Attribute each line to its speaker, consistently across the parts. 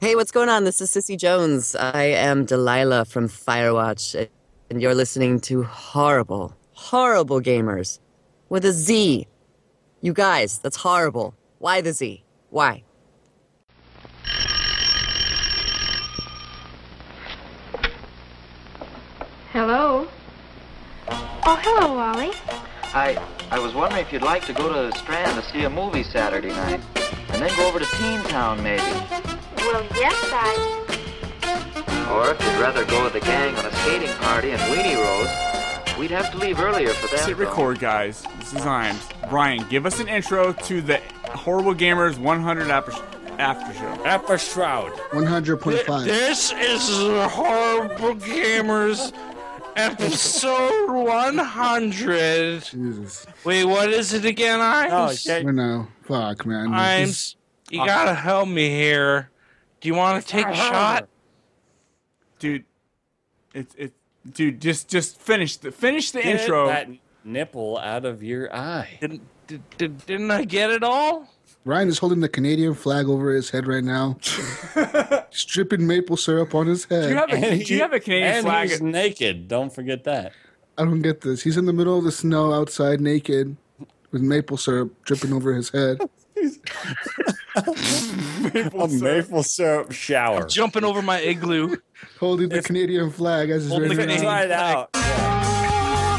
Speaker 1: Hey, what's going on? This is Sissy Jones. I am Delilah from Firewatch, and you're listening to horrible, horrible gamers with a Z. You guys, that's horrible. Why the Z? Why?
Speaker 2: Hello. Oh, hello, Wally.
Speaker 3: I I was wondering if you'd like to go to the Strand to see a movie Saturday night, and then go over to Teen Town maybe.
Speaker 2: Well, yes, I.
Speaker 3: Or if you'd rather go with the gang on a skating party in Weenie Rose, we'd have to leave earlier for that.
Speaker 4: Hit
Speaker 3: though.
Speaker 4: record, guys. This is Imes. Brian, give us an intro to the Horrible Gamers 100 after, after show.
Speaker 5: Alpha Shroud.
Speaker 6: 100.5.
Speaker 5: This is the Horrible Gamers episode 100.
Speaker 6: Jesus.
Speaker 5: Wait, what is it again, Imes?
Speaker 6: I know. Fuck, man.
Speaker 5: Imes, you gotta help me here. Do you want to take a shot?
Speaker 4: Dude, it's it, dude. Just just finish the finish the
Speaker 7: Get
Speaker 4: intro.
Speaker 7: that nipple out of your eye.
Speaker 5: Didn't, did, did, didn't I get it all?
Speaker 6: Ryan is holding the Canadian flag over his head right now, stripping maple syrup on his
Speaker 4: do you
Speaker 6: head.
Speaker 4: have a, do you have a Canadian
Speaker 7: and
Speaker 4: flag?
Speaker 7: he's naked. Don't forget that.
Speaker 6: I don't get this. He's in the middle of the snow outside naked with maple syrup dripping over his head.
Speaker 7: A maple syrup shower.
Speaker 5: Jumping over my igloo.
Speaker 6: Holding the Canadian flag as he's
Speaker 5: Only
Speaker 6: running
Speaker 5: Canadian-
Speaker 6: around.
Speaker 7: Try it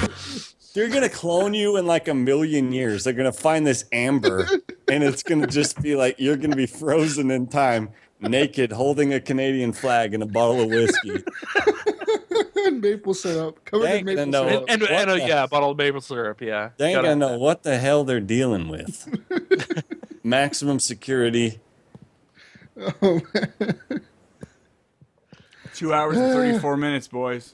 Speaker 7: out. They're gonna clone you in like a million years. They're gonna find this amber, and it's gonna just be like you're gonna be frozen in time, naked, holding a Canadian flag and a bottle of whiskey.
Speaker 6: maple syrup. Covered
Speaker 7: They
Speaker 6: in
Speaker 7: ain't
Speaker 6: maple
Speaker 7: gonna know.
Speaker 6: syrup.
Speaker 5: And, and, and uh,
Speaker 7: What the-
Speaker 5: yeah, a bottle of maple syrup, yeah.
Speaker 7: They ain't
Speaker 5: Gotta-
Speaker 7: gonna know what the hell they're dealing with. Maximum security.
Speaker 6: Oh, man.
Speaker 4: Two hours and thirty four minutes, boys.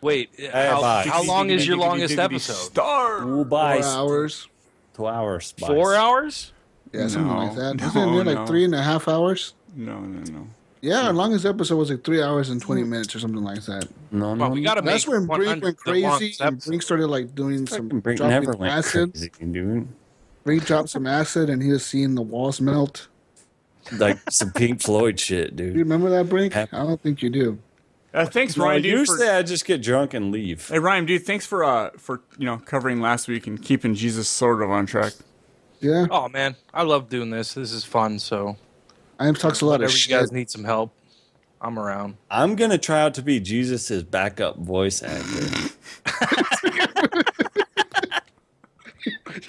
Speaker 5: Wait, how,
Speaker 7: bye.
Speaker 5: how long is your longest episode?
Speaker 4: Star.
Speaker 7: Ooh,
Speaker 6: Four
Speaker 7: bye.
Speaker 6: hours.
Speaker 7: Two hours. bye.
Speaker 5: Four hours?
Speaker 6: Yeah, something
Speaker 4: No.
Speaker 6: like that.
Speaker 4: No,
Speaker 6: Isn't it like
Speaker 4: no.
Speaker 6: three and a half hours?
Speaker 4: No, no, no.
Speaker 6: Yeah, our longest episode was like three hours and
Speaker 4: Mm.
Speaker 6: 20 minutes or something like that.
Speaker 7: No,
Speaker 5: Well,
Speaker 7: no,
Speaker 5: we gotta
Speaker 6: That's
Speaker 5: make
Speaker 6: when Brink
Speaker 5: 100
Speaker 6: went
Speaker 5: the longest
Speaker 6: crazy and
Speaker 5: episode.
Speaker 6: Brink started like doing some
Speaker 7: Fucking Brink
Speaker 6: dropping
Speaker 7: never went
Speaker 6: acid.
Speaker 7: crazy, dude.
Speaker 6: Brink dropped some acid and he was seeing the walls melt.
Speaker 7: Like some Pink Floyd shit,
Speaker 6: Do you
Speaker 7: dude.
Speaker 6: remember that Brink? I don't think you do.
Speaker 4: Uh, thanks,
Speaker 7: Well,
Speaker 4: Ryan. Dude,
Speaker 7: usually
Speaker 4: for,
Speaker 7: I just get drunk and leave.
Speaker 4: hey, Ryan, dude. Thanks for uh for you know covering last week and keeping Jesus sort of on track.
Speaker 6: Yeah,
Speaker 5: Oh, man. I love doing this. This is fun, so.
Speaker 6: I am talks a lot of
Speaker 5: Whenever you guys
Speaker 6: shit.
Speaker 5: need some help, I'm around.
Speaker 7: I'm gonna try out to be Jesus's backup voice actor.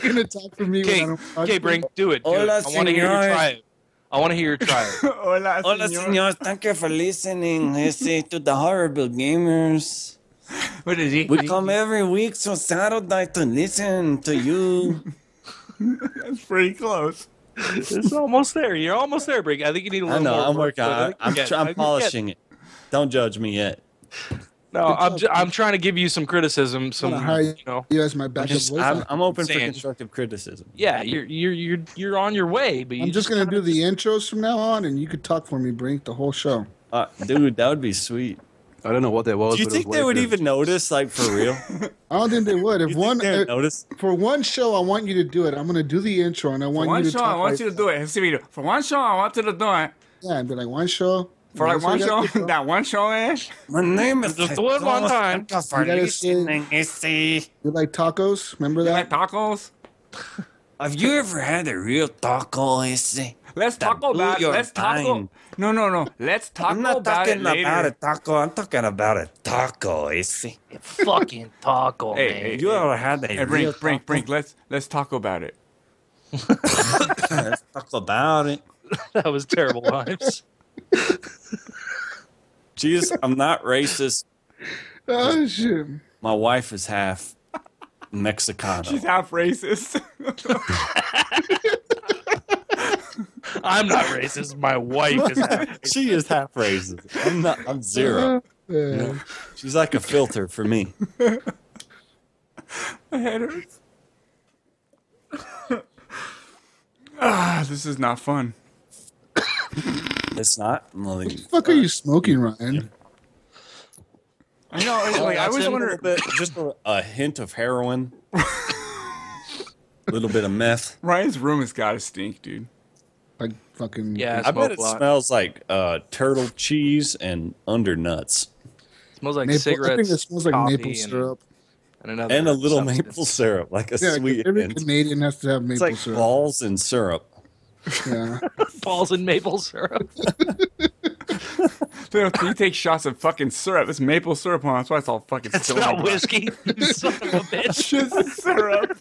Speaker 6: You're gonna talk for me when I
Speaker 5: Okay,
Speaker 6: don't talk
Speaker 5: okay,
Speaker 6: to
Speaker 5: Brink, do it. Do
Speaker 7: Hola,
Speaker 5: it. I want to hear you
Speaker 7: señor.
Speaker 5: try it. I want to hear you try it.
Speaker 4: Hola,
Speaker 7: Thank you for listening. Listen to the horrible gamers.
Speaker 4: What is he?
Speaker 7: come every week so Saturday to listen to you.
Speaker 4: That's pretty close.
Speaker 5: it's almost there. You're almost there, Brink. I think you need a
Speaker 7: I
Speaker 5: little
Speaker 7: know.
Speaker 5: more.
Speaker 7: I'm
Speaker 5: work,
Speaker 7: working.
Speaker 5: but I
Speaker 7: on
Speaker 5: think you
Speaker 7: it. I'm,
Speaker 5: can.
Speaker 7: tr-
Speaker 5: I
Speaker 7: I'm
Speaker 5: think you
Speaker 7: polishing it. Don't judge me yet.
Speaker 5: can. No, I'm, ju- I'm trying to give you some criticism. Some,
Speaker 6: I'm gonna hire
Speaker 5: you know.
Speaker 6: You as my
Speaker 7: I'm,
Speaker 6: backup
Speaker 7: just,
Speaker 6: voice.
Speaker 7: I'm,
Speaker 6: actor.
Speaker 7: I'm open for
Speaker 5: Saying.
Speaker 7: constructive criticism.
Speaker 5: Yeah, you're you're you're you're on your way, but you
Speaker 6: I'm just gonna do the intros from now on, and you could talk for me, Brink, the whole show.
Speaker 7: Uh, dude, that would be sweet.
Speaker 8: I don't know what that was.
Speaker 7: Do you
Speaker 8: but it
Speaker 7: think
Speaker 8: was
Speaker 7: they
Speaker 8: way
Speaker 7: would
Speaker 8: good.
Speaker 7: even notice? Like for real?
Speaker 6: I don't think they would. If
Speaker 7: You
Speaker 6: one
Speaker 7: think they would
Speaker 6: uh,
Speaker 7: notice?
Speaker 6: for one show, I want you to do it. I'm gonna do the intro, and I
Speaker 4: For
Speaker 6: want
Speaker 4: one
Speaker 6: you to
Speaker 4: show,
Speaker 6: talk.
Speaker 4: I want
Speaker 6: like
Speaker 4: you to do it. Let's see what you do. For one show, I want you to do it.
Speaker 6: Yeah, and be like one show.
Speaker 4: For like
Speaker 6: So
Speaker 4: one
Speaker 6: you
Speaker 4: show,
Speaker 6: gotta-
Speaker 4: that one show eh? is.
Speaker 7: My name is
Speaker 5: Just do it one time.
Speaker 6: You gotta say, you like tacos? Remember
Speaker 4: You
Speaker 6: that?
Speaker 4: like tacos?
Speaker 7: Have you ever had a real taco, Issy?
Speaker 4: Let's taco
Speaker 7: blew
Speaker 4: about.
Speaker 7: your
Speaker 4: Let's taco.
Speaker 7: mind.
Speaker 4: No, no, no. Let's taco
Speaker 7: I'm not
Speaker 4: about
Speaker 7: talking
Speaker 4: it later.
Speaker 7: about a taco. I'm talking about a taco, Issy.
Speaker 5: fucking taco,
Speaker 4: Hey,
Speaker 5: man.
Speaker 4: hey,
Speaker 7: You ever had a
Speaker 4: hey,
Speaker 7: real
Speaker 4: Brink, Brink, Brink. Let's let's talk about it.
Speaker 7: taco about it?
Speaker 5: That was terrible, Himes.
Speaker 7: Jeez, I'm not racist.
Speaker 6: Oh shit!
Speaker 7: My wife is half Mexicano.
Speaker 4: She's half racist.
Speaker 5: I'm not racist. My wife is. that.
Speaker 7: she is half racist. I'm not. I'm zero.
Speaker 6: Yeah.
Speaker 7: She's like a filter for me.
Speaker 4: My head hurts. ah, this is not fun.
Speaker 7: It's not. Well, then-
Speaker 6: fuck are you smoking, Ryan?
Speaker 4: I know. it's Like, I
Speaker 7: Oh, That's
Speaker 4: was
Speaker 7: a
Speaker 4: wondering.
Speaker 7: little bit, just a, a hint of heroin, a little bit of meth.
Speaker 4: Ryan's room has got to stink, dude.
Speaker 6: Like fucking.
Speaker 5: Yeah,
Speaker 7: I bet
Speaker 5: smoke
Speaker 7: it
Speaker 5: lot.
Speaker 7: smells like uh, turtle cheese and undernuts
Speaker 5: smells like
Speaker 6: maple- I think
Speaker 5: cigarettes.
Speaker 6: it smells like
Speaker 5: coffee,
Speaker 6: maple
Speaker 5: and-
Speaker 6: syrup.
Speaker 5: And, another
Speaker 7: and a little
Speaker 5: substance.
Speaker 7: maple syrup, like a
Speaker 6: Yeah, 'cause
Speaker 7: sweet.
Speaker 6: every
Speaker 7: and-
Speaker 6: Canadian has to have
Speaker 7: it's
Speaker 6: maple
Speaker 7: like
Speaker 6: syrup.
Speaker 7: balls and syrup.
Speaker 6: Yeah.
Speaker 5: balls and maple syrup.
Speaker 4: They don't- you take shots of fucking syrup. It's maple syrup on. it. That's why it's all fucking.
Speaker 5: That's
Speaker 4: still in
Speaker 5: not
Speaker 4: my
Speaker 5: whiskey. You son of a bitch.
Speaker 4: Just syrup.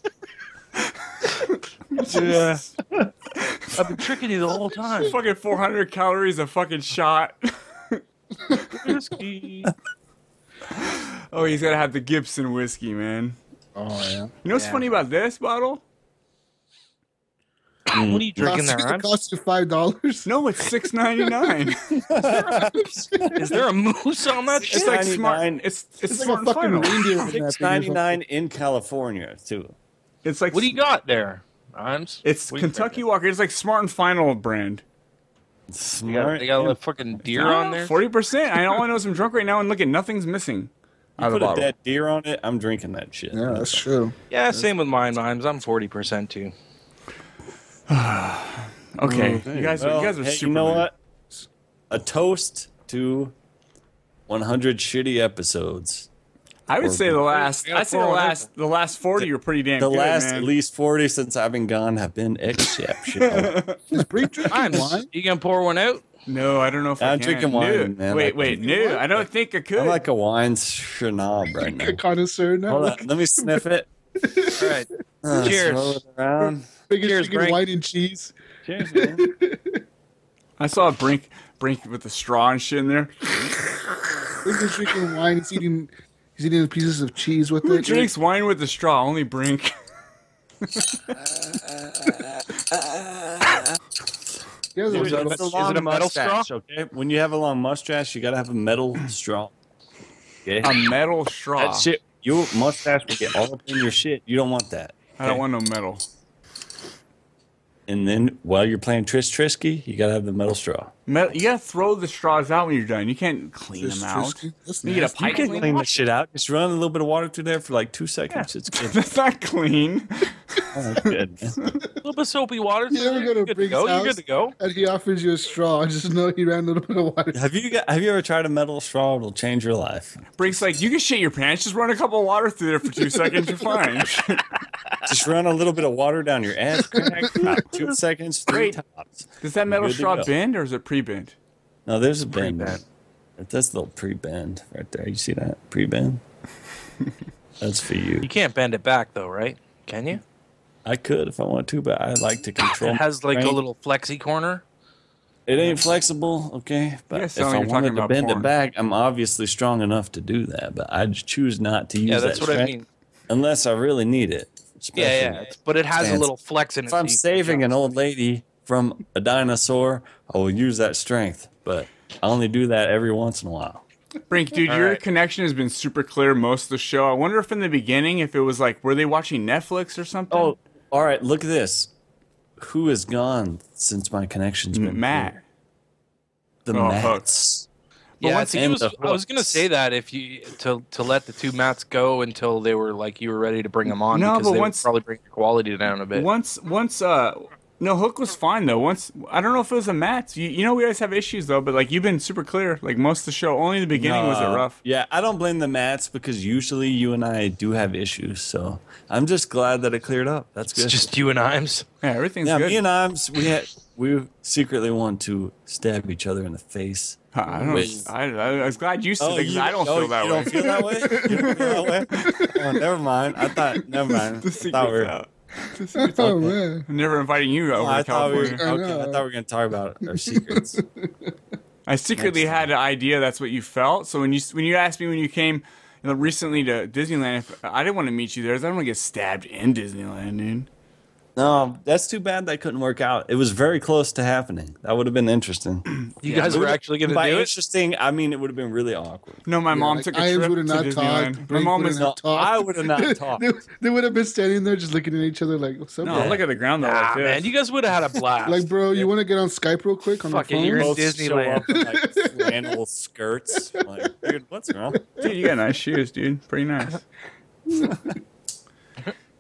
Speaker 5: Yeah. I've been tricking you the whole time.
Speaker 4: fucking 400 calories a fucking shot.
Speaker 5: whiskey.
Speaker 4: Oh, he's gotta have the Gibson whiskey, man.
Speaker 6: Oh yeah.
Speaker 4: You know what's
Speaker 5: Yeah.
Speaker 4: funny about this bottle?
Speaker 5: What are you drinking
Speaker 6: Cost-
Speaker 5: there, Ron?
Speaker 6: It costs you five dollars.
Speaker 4: No, it's 6.99.
Speaker 5: Is there a moose on that shit?
Speaker 4: it's like smart.
Speaker 7: 99.
Speaker 4: It's it's,
Speaker 6: It's like
Speaker 4: smart
Speaker 6: a
Speaker 4: and
Speaker 6: fucking
Speaker 4: final.
Speaker 6: reindeer. in that thing or
Speaker 7: Six
Speaker 6: something.
Speaker 7: ninety nine in California too.
Speaker 4: It's like
Speaker 5: What do you got there, Rhymes?
Speaker 4: It's
Speaker 5: What do you
Speaker 4: Kentucky
Speaker 5: drinking?
Speaker 4: Walker. It's like smart and final brand.
Speaker 5: They got,
Speaker 7: Smart.
Speaker 5: they got a
Speaker 7: and-
Speaker 5: little fucking deer on there.
Speaker 4: Forty percent. I all I know is I'm drunk right now, and look at nothing's missing out of the
Speaker 7: put a
Speaker 4: bottle.
Speaker 7: dead deer on it. I'm drinking that shit.
Speaker 6: Yeah, that's true.
Speaker 5: Yeah, same with mine, Rhymes. I'm 40% too.
Speaker 4: Okay, you guys, are
Speaker 7: Well,
Speaker 4: you guys are
Speaker 7: hey,
Speaker 4: super.
Speaker 7: You know
Speaker 4: lame.
Speaker 7: what? A toast to 100 shitty episodes.
Speaker 4: I would say the last.
Speaker 5: We got
Speaker 4: I say the
Speaker 5: four on
Speaker 4: last. The last forty are pretty damn
Speaker 7: The
Speaker 4: good,
Speaker 7: last
Speaker 4: man.
Speaker 7: at least 40 since I've been gone have been exceptional.
Speaker 6: Is Bree drinking
Speaker 5: Rhymes,
Speaker 6: wine?
Speaker 5: you gonna pour one out?
Speaker 4: No, I don't know if I
Speaker 7: I'm
Speaker 4: can.
Speaker 7: drinking wine,
Speaker 4: No.
Speaker 7: man.
Speaker 4: Wait,
Speaker 7: Like-
Speaker 4: wait, no, I don't think I could.
Speaker 7: I'm like a wine snob right now.
Speaker 6: A connoisseur now.
Speaker 7: Hold
Speaker 6: Like,
Speaker 7: on, let me sniff it. Um,
Speaker 5: All right.
Speaker 7: Uh,
Speaker 5: Cheers.
Speaker 7: swirl it around.
Speaker 6: biggest
Speaker 5: Cheers,
Speaker 6: chicken
Speaker 5: Brink.
Speaker 6: white and cheese.
Speaker 7: Cheers, man.
Speaker 4: I saw a brink, brink with the straw and shit in there.
Speaker 6: Biggest drinking wine. He's eating. He's eating pieces of cheese with
Speaker 4: Who
Speaker 6: it.
Speaker 4: drinks wine with the straw? Only brink.
Speaker 6: He has a
Speaker 5: Dude,
Speaker 6: little-
Speaker 5: that's a long- Is it metal straw?
Speaker 7: Okay. When you have a long mustache, you gotta have a metal straw. Okay.
Speaker 4: A metal straw.
Speaker 7: That shit, your mustache will get all up in your shit. You don't want that.
Speaker 4: I don't want no metal.
Speaker 7: And then while you're playing Tris Trisky, you gotta have the metal straw.
Speaker 4: Metal, you gotta throw the straws out when you're done. You can't clean
Speaker 6: That's
Speaker 4: them out.
Speaker 6: nasty. That's
Speaker 4: You get a
Speaker 6: nasty.
Speaker 4: pipe
Speaker 7: You can
Speaker 4: cleaner?
Speaker 7: clean that shit out. Just run a little bit of water through there for like two seconds. It's good.
Speaker 4: That's not clean.
Speaker 7: Oh, good.
Speaker 5: A little bit of soapy water.
Speaker 6: You ever
Speaker 5: You're
Speaker 6: go to
Speaker 5: good to
Speaker 6: Briggs'
Speaker 5: go.
Speaker 6: house?
Speaker 5: You're good to go.
Speaker 6: And he offers you a straw. I just know he ran a little bit of water.
Speaker 7: have you got, have you ever tried a metal straw? It'll change your life.
Speaker 4: Brink's like, you can shit your pants. Just run a couple of water through there for two seconds. You're fine.
Speaker 7: Just run a little bit of water down your ass crack. about two seconds, three
Speaker 4: Wait.
Speaker 7: tops.
Speaker 4: Does that metal
Speaker 7: Good to
Speaker 4: straw
Speaker 7: go.
Speaker 4: bend or is it pre-bend?
Speaker 7: No, there's a bend.
Speaker 5: Pre-bend.
Speaker 7: That's a little pre-bend right there. You see that pre-bend? That's for you.
Speaker 5: You can't bend it back though, right? Can you?
Speaker 7: I could if I want to, but I like to control.
Speaker 5: It has like
Speaker 7: my
Speaker 5: a
Speaker 7: brain.
Speaker 5: little flexi corner.
Speaker 7: It ain't flexible, okay? But
Speaker 4: guys
Speaker 7: if
Speaker 4: sound like
Speaker 7: I
Speaker 4: you're talking
Speaker 7: wanted to
Speaker 4: about
Speaker 7: bend
Speaker 4: porn.
Speaker 7: it back, I'm obviously strong enough to do that. But I just choose not to use
Speaker 5: Yeah, that's
Speaker 7: that
Speaker 5: what I
Speaker 7: strength
Speaker 5: mean.
Speaker 7: unless I really need it. especially
Speaker 5: Yeah, yeah. But it has a
Speaker 7: Stands.
Speaker 5: little flex in it.
Speaker 7: If I'm
Speaker 5: so you can
Speaker 7: saving an
Speaker 5: adjust.
Speaker 7: old lady from a dinosaur, I will use that strength. But I only do that every once in a while.
Speaker 4: Brink, dude,
Speaker 5: All
Speaker 4: your
Speaker 5: right.
Speaker 4: connection has been super clear most of the show. I wonder if in the beginning, if it was like, were they watching Netflix or something?
Speaker 7: Oh, all right. Look at this. Who is gone since my connection's been
Speaker 4: Matt.
Speaker 7: cleared? The
Speaker 4: Oh,
Speaker 7: Mats.
Speaker 4: But
Speaker 5: yeah, I,
Speaker 4: once
Speaker 5: think it
Speaker 7: and
Speaker 5: was,
Speaker 7: the
Speaker 5: I was gonna
Speaker 7: hooks.
Speaker 5: say that if you to to let the two mats go until they were like you were ready to bring them on
Speaker 4: No,
Speaker 5: because
Speaker 4: but
Speaker 5: they
Speaker 4: once-
Speaker 5: would probably bring your quality down a bit.
Speaker 4: Once, once, uh, no, Hook was fine though. Once, I don't know if it was a Matt's. You, you know, we always have issues though, but like, you've been super clear. Like, most of the show, only the beginning was it
Speaker 7: Uh,
Speaker 4: rough.
Speaker 7: Yeah, I don't blame the Mats because usually you and I do have issues. So I'm just glad that it cleared up. That's
Speaker 5: it's
Speaker 7: good.
Speaker 5: just you and Imes.
Speaker 4: Yeah, everything's
Speaker 7: yeah,
Speaker 4: good.
Speaker 7: me and Ives, we had, we secretly want to stab each other in the face.
Speaker 4: I, don't,
Speaker 7: with-
Speaker 4: I, I, I was glad you said that 'cause
Speaker 7: you-
Speaker 4: I don't
Speaker 7: oh,
Speaker 4: feel that
Speaker 7: you
Speaker 4: way.
Speaker 7: don't feel that way? You don't feel that way? Oh, never mind. I thought, never mind.
Speaker 4: the
Speaker 7: I thought we
Speaker 4: secret's
Speaker 7: were,
Speaker 4: out. The secret's out.
Speaker 6: Oh man.
Speaker 4: I'm never inviting you
Speaker 7: oh,
Speaker 4: over
Speaker 7: I
Speaker 4: to
Speaker 7: thought we were,
Speaker 4: California.
Speaker 7: okay, I thought we were going to talk about our secrets.
Speaker 4: I secretly had an idea that's what you felt. So when you when you asked me when you came you know, recently to Disneyland, if, I didn't want to meet you there. 'cause I don't want to get stabbed in Disneyland, dude.
Speaker 7: no, that's too bad that couldn't work out. It was very close to happening. That would have been interesting.
Speaker 5: You guys were actually gonna
Speaker 7: By
Speaker 5: do it.
Speaker 7: interesting, I mean it would have been really awkward.
Speaker 4: No, my mom
Speaker 6: like,
Speaker 4: took a
Speaker 6: Ives
Speaker 4: trip to
Speaker 6: would've not
Speaker 4: Disneyland.
Speaker 6: talked,
Speaker 4: my
Speaker 6: Brink
Speaker 4: mom
Speaker 6: would've
Speaker 4: is
Speaker 6: not-
Speaker 4: no.
Speaker 7: No, I would have not talked.
Speaker 6: They, they would have been standing there just looking at each other like, what's up? bro?"
Speaker 4: look at the ground though.
Speaker 5: Ah,
Speaker 4: like this.
Speaker 5: man, you guys would have had a blast.
Speaker 6: Like, bro, you want to get on Skype real quick on
Speaker 5: Fuck it,
Speaker 6: our phone?
Speaker 5: you're in
Speaker 7: both
Speaker 5: Disneyland.
Speaker 7: show up in like flannel skirts. Like, dude, what's wrong?
Speaker 4: dude, you got nice shoes, dude. Pretty nice.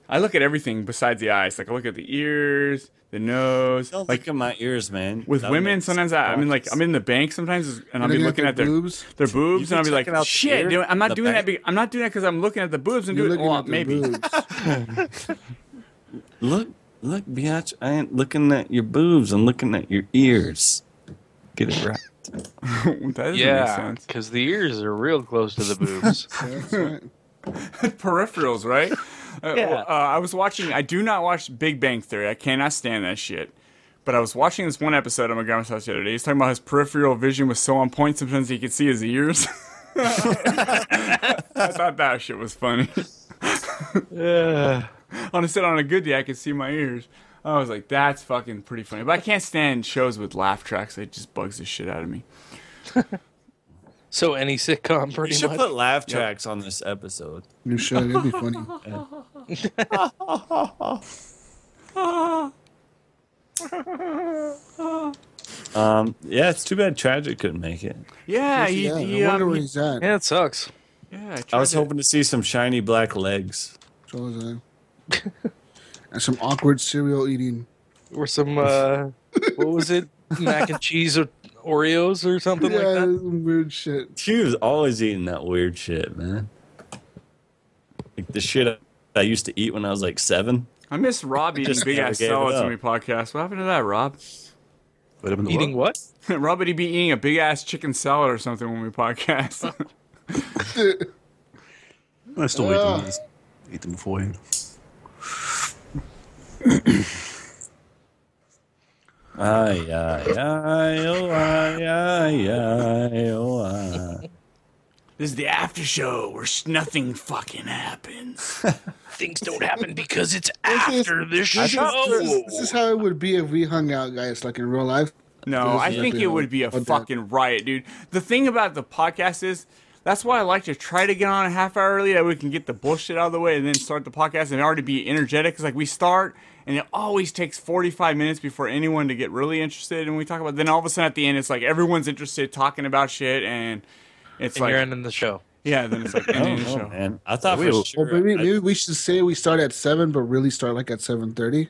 Speaker 4: I look at everything besides the eyes. Like I look at the ears, the nose.
Speaker 7: Don't
Speaker 4: Like
Speaker 7: look at my ears, man.
Speaker 4: with
Speaker 7: That
Speaker 4: women,
Speaker 7: looks
Speaker 4: sometimes I, I mean, like I'm in the bank sometimes, and I'll be
Speaker 6: looking at
Speaker 4: looking at their
Speaker 6: their boobs?
Speaker 4: their boobs,
Speaker 7: been
Speaker 4: and I'll be like,
Speaker 7: checking out the
Speaker 4: shit,
Speaker 7: ear
Speaker 4: dude, I'm not
Speaker 7: in the
Speaker 4: doing that.
Speaker 7: bank?
Speaker 4: Be- I'm not doing that because I'm looking at the boobs and
Speaker 6: You're
Speaker 4: doing.
Speaker 6: looking
Speaker 4: Well,
Speaker 6: at their
Speaker 4: Oh, maybe.
Speaker 6: boobs.
Speaker 7: Look, look, biatch. I ain't looking at your boobs. I'm looking at your ears. Get it right.
Speaker 4: that doesn't make
Speaker 5: Yeah,
Speaker 4: sense.
Speaker 5: because the ears are real close to the boobs.
Speaker 6: That's right.
Speaker 4: Peripherals, right? Uh,
Speaker 5: Yeah.
Speaker 4: well, uh, I was watching. I do not watch Big Bang Theory. I cannot stand that shit. But I was watching this one episode on my grandma's house the other day. He's talking about his peripheral vision was so on point sometimes he could see his ears. I thought that shit was funny.
Speaker 5: yeah.
Speaker 4: Honestly, on a good day, I could see my ears. I was like, that's fucking pretty funny. But I can't stand shows with laugh tracks. It just bugs the shit out of me.
Speaker 5: So any sitcom,
Speaker 7: You
Speaker 5: pretty
Speaker 7: should
Speaker 5: much.
Speaker 7: put laugh tracks on this episode.
Speaker 6: You should. It'd be funny.
Speaker 7: Um, yeah, it's too bad Tragic couldn't make it.
Speaker 4: Yeah, he,
Speaker 6: Yeah,
Speaker 4: he,
Speaker 6: I
Speaker 4: um,
Speaker 6: wonder where
Speaker 4: he-
Speaker 6: he's at.
Speaker 5: yeah, it sucks.
Speaker 4: yeah. tried
Speaker 7: I was
Speaker 4: to-
Speaker 7: hoping to see some shiny black legs.
Speaker 6: So was I. and some awkward cereal eating.
Speaker 5: Or some uh, what was it? Mac and cheese or Oreos or something
Speaker 6: yeah,
Speaker 5: like that.
Speaker 6: some weird shit.
Speaker 7: She was always eating that weird shit, man. Like the shit I used to eat when I was like seven.
Speaker 4: I miss Rob eating
Speaker 7: Just
Speaker 4: big
Speaker 7: never
Speaker 4: ass
Speaker 7: gave it
Speaker 4: salads
Speaker 7: up.
Speaker 4: on my podcast. What happened to that, Rob?
Speaker 5: Eating what?
Speaker 4: Rob would he be eating a big ass chicken salad or something when we podcast?
Speaker 8: I still eat
Speaker 6: Ah.
Speaker 8: them. as- Eat them beforehand.
Speaker 7: Ay, ay, ay, oh, ay, ay, ay, oh, ay.
Speaker 4: this is the after show where sh- nothing fucking happens.
Speaker 5: Things don't happen because it's after the
Speaker 6: This is, this is how it would be if we hung out, guys, like in real life.
Speaker 4: No,
Speaker 6: This
Speaker 4: I
Speaker 6: is
Speaker 4: think
Speaker 6: nothing
Speaker 4: it would be a
Speaker 6: but that.
Speaker 4: fucking riot, dude. The thing about the podcast is that's why I like to try to get on a half hour early that we can get the bullshit out of the way and then start the podcast and already be energetic. Because like we start and it always takes forty five minutes before anyone to get really interested and we talk about. Then all of a sudden at the end it's like everyone's interested talking about shit and it's
Speaker 5: And
Speaker 4: like
Speaker 5: you're ending the show.
Speaker 4: yeah. Then it's like
Speaker 7: I
Speaker 4: ending
Speaker 7: don't
Speaker 4: the
Speaker 7: know,
Speaker 4: show.
Speaker 7: Oh, man. I thought
Speaker 8: Wait,
Speaker 7: for
Speaker 8: well,
Speaker 7: sure.
Speaker 6: Well, maybe,
Speaker 7: I-
Speaker 6: maybe we should say we start at seven, but really start like at seven thirty.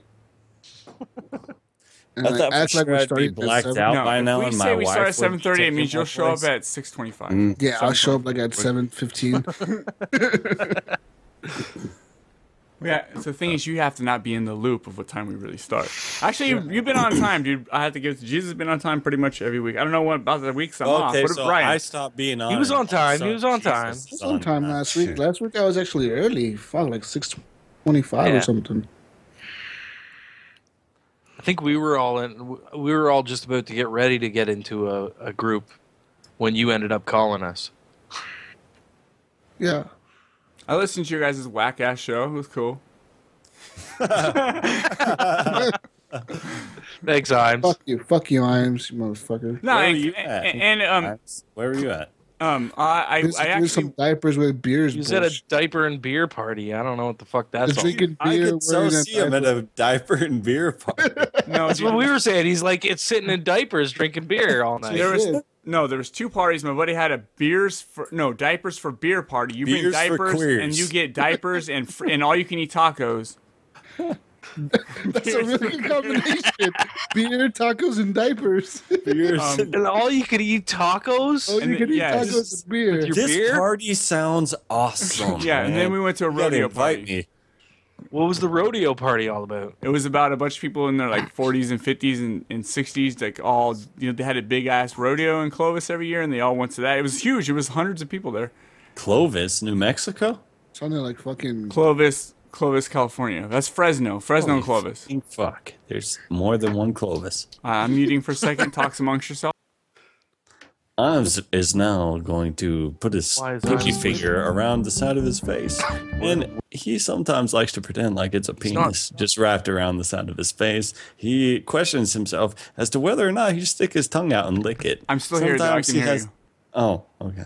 Speaker 6: And
Speaker 7: I
Speaker 6: like,
Speaker 7: thought for
Speaker 6: act like
Speaker 7: sure
Speaker 6: we're
Speaker 7: I'd be
Speaker 6: starting at
Speaker 7: blacked
Speaker 6: 7.
Speaker 7: out.
Speaker 4: No,
Speaker 7: by
Speaker 4: if
Speaker 7: now
Speaker 4: we
Speaker 7: and
Speaker 4: say
Speaker 7: my
Speaker 4: we
Speaker 7: wife
Speaker 4: start
Speaker 7: would
Speaker 4: at seven thirty, it
Speaker 7: kick
Speaker 4: means
Speaker 7: my
Speaker 4: you'll show up
Speaker 7: place.
Speaker 4: at six twenty five.
Speaker 7: Mm-hmm.
Speaker 6: Yeah, I'll show up like at seven fifteen.
Speaker 4: Yeah, so the thing is, you have to not be in the loop of what time we really start. Actually, you, you've been on time, dude. I have to give Jesus has been on time pretty much every week. I don't know what about the weeks I'm off.
Speaker 7: Okay,
Speaker 4: What
Speaker 7: so
Speaker 4: Ryan?
Speaker 7: I stopped being on.
Speaker 5: was
Speaker 7: it.
Speaker 5: on time, he
Speaker 7: So
Speaker 5: was on
Speaker 7: Jesus Ah,
Speaker 5: time.
Speaker 7: is on
Speaker 6: Sometime
Speaker 7: time.
Speaker 6: last week. Last week I was actually early. Fuck, like six twenty-five
Speaker 5: Yeah.
Speaker 6: or something.
Speaker 5: I think we were all in. We were all just about to get ready to get into a, a group when you ended up calling us.
Speaker 6: Yeah.
Speaker 4: I listened to your guys' whack ass show. It was cool.
Speaker 5: Thanks, Imes.
Speaker 6: Fuck you. Fuck you, Iams, you motherfucker.
Speaker 4: No,
Speaker 7: Where
Speaker 4: and,
Speaker 7: were you at?
Speaker 4: and, and, um,
Speaker 7: Where were you at?
Speaker 4: um, I,
Speaker 6: Here's,
Speaker 4: I, I
Speaker 6: here's some
Speaker 4: actually,
Speaker 6: diapers with beers.
Speaker 5: He was
Speaker 6: Bush.
Speaker 5: at a diaper and beer party. I don't know what the fuck that's
Speaker 6: They're
Speaker 5: all.
Speaker 6: drinking
Speaker 7: I
Speaker 6: beer.
Speaker 7: could so
Speaker 6: wearing a
Speaker 7: see him at
Speaker 6: diaper.
Speaker 7: a diaper and beer party.
Speaker 4: no,
Speaker 5: That's what
Speaker 4: dude,
Speaker 5: we were saying. He's like, it's sitting in diapers, drinking beer all night.
Speaker 4: there was
Speaker 6: did.
Speaker 4: no, there was two parties. My buddy had a beers for no diapers for beer party. You bring
Speaker 7: Beers for
Speaker 4: diapers and
Speaker 7: queers.
Speaker 4: you get diapers and fr- and all you can eat tacos.
Speaker 6: That's a really good combination. beer, tacos, and diapers.
Speaker 7: Beers.
Speaker 4: Um,
Speaker 5: and all you could eat tacos.
Speaker 6: Oh,
Speaker 4: And
Speaker 6: you can eat
Speaker 4: yeah,
Speaker 6: tacos
Speaker 4: just-
Speaker 6: and beer.
Speaker 5: your
Speaker 7: this
Speaker 5: beer?
Speaker 7: party sounds awesome.
Speaker 4: Yeah, and then
Speaker 7: man.
Speaker 4: we went to a
Speaker 7: You gotta
Speaker 4: rodeo
Speaker 7: invite
Speaker 4: party.
Speaker 7: me.
Speaker 5: What was the rodeo party all about?
Speaker 4: It was about a bunch of people in their like 40s and 50s and, and 60s, like all you know, they had a big ass rodeo in Clovis every year, and they all went to that. It was huge. It was hundreds of people there.
Speaker 7: Clovis, New Mexico.
Speaker 6: Sounded like fucking.
Speaker 4: Clovis, Clovis, California. That's Fresno, Fresno and Clovis.
Speaker 7: Fucking Fuck. There's more than one Clovis.
Speaker 4: Uh, I'm muting for a second. Talks amongst yourself.
Speaker 7: Oz is now going to put his
Speaker 5: Why is
Speaker 7: pinky
Speaker 5: Oz-
Speaker 7: finger around the side of his face. And he sometimes likes to pretend like it's a penis just wrapped around the side of his face. He questions himself as to whether or not he should stick his tongue out and lick it.
Speaker 4: I'm still here, though. I can hear
Speaker 7: has,
Speaker 4: you.
Speaker 7: Oh, okay.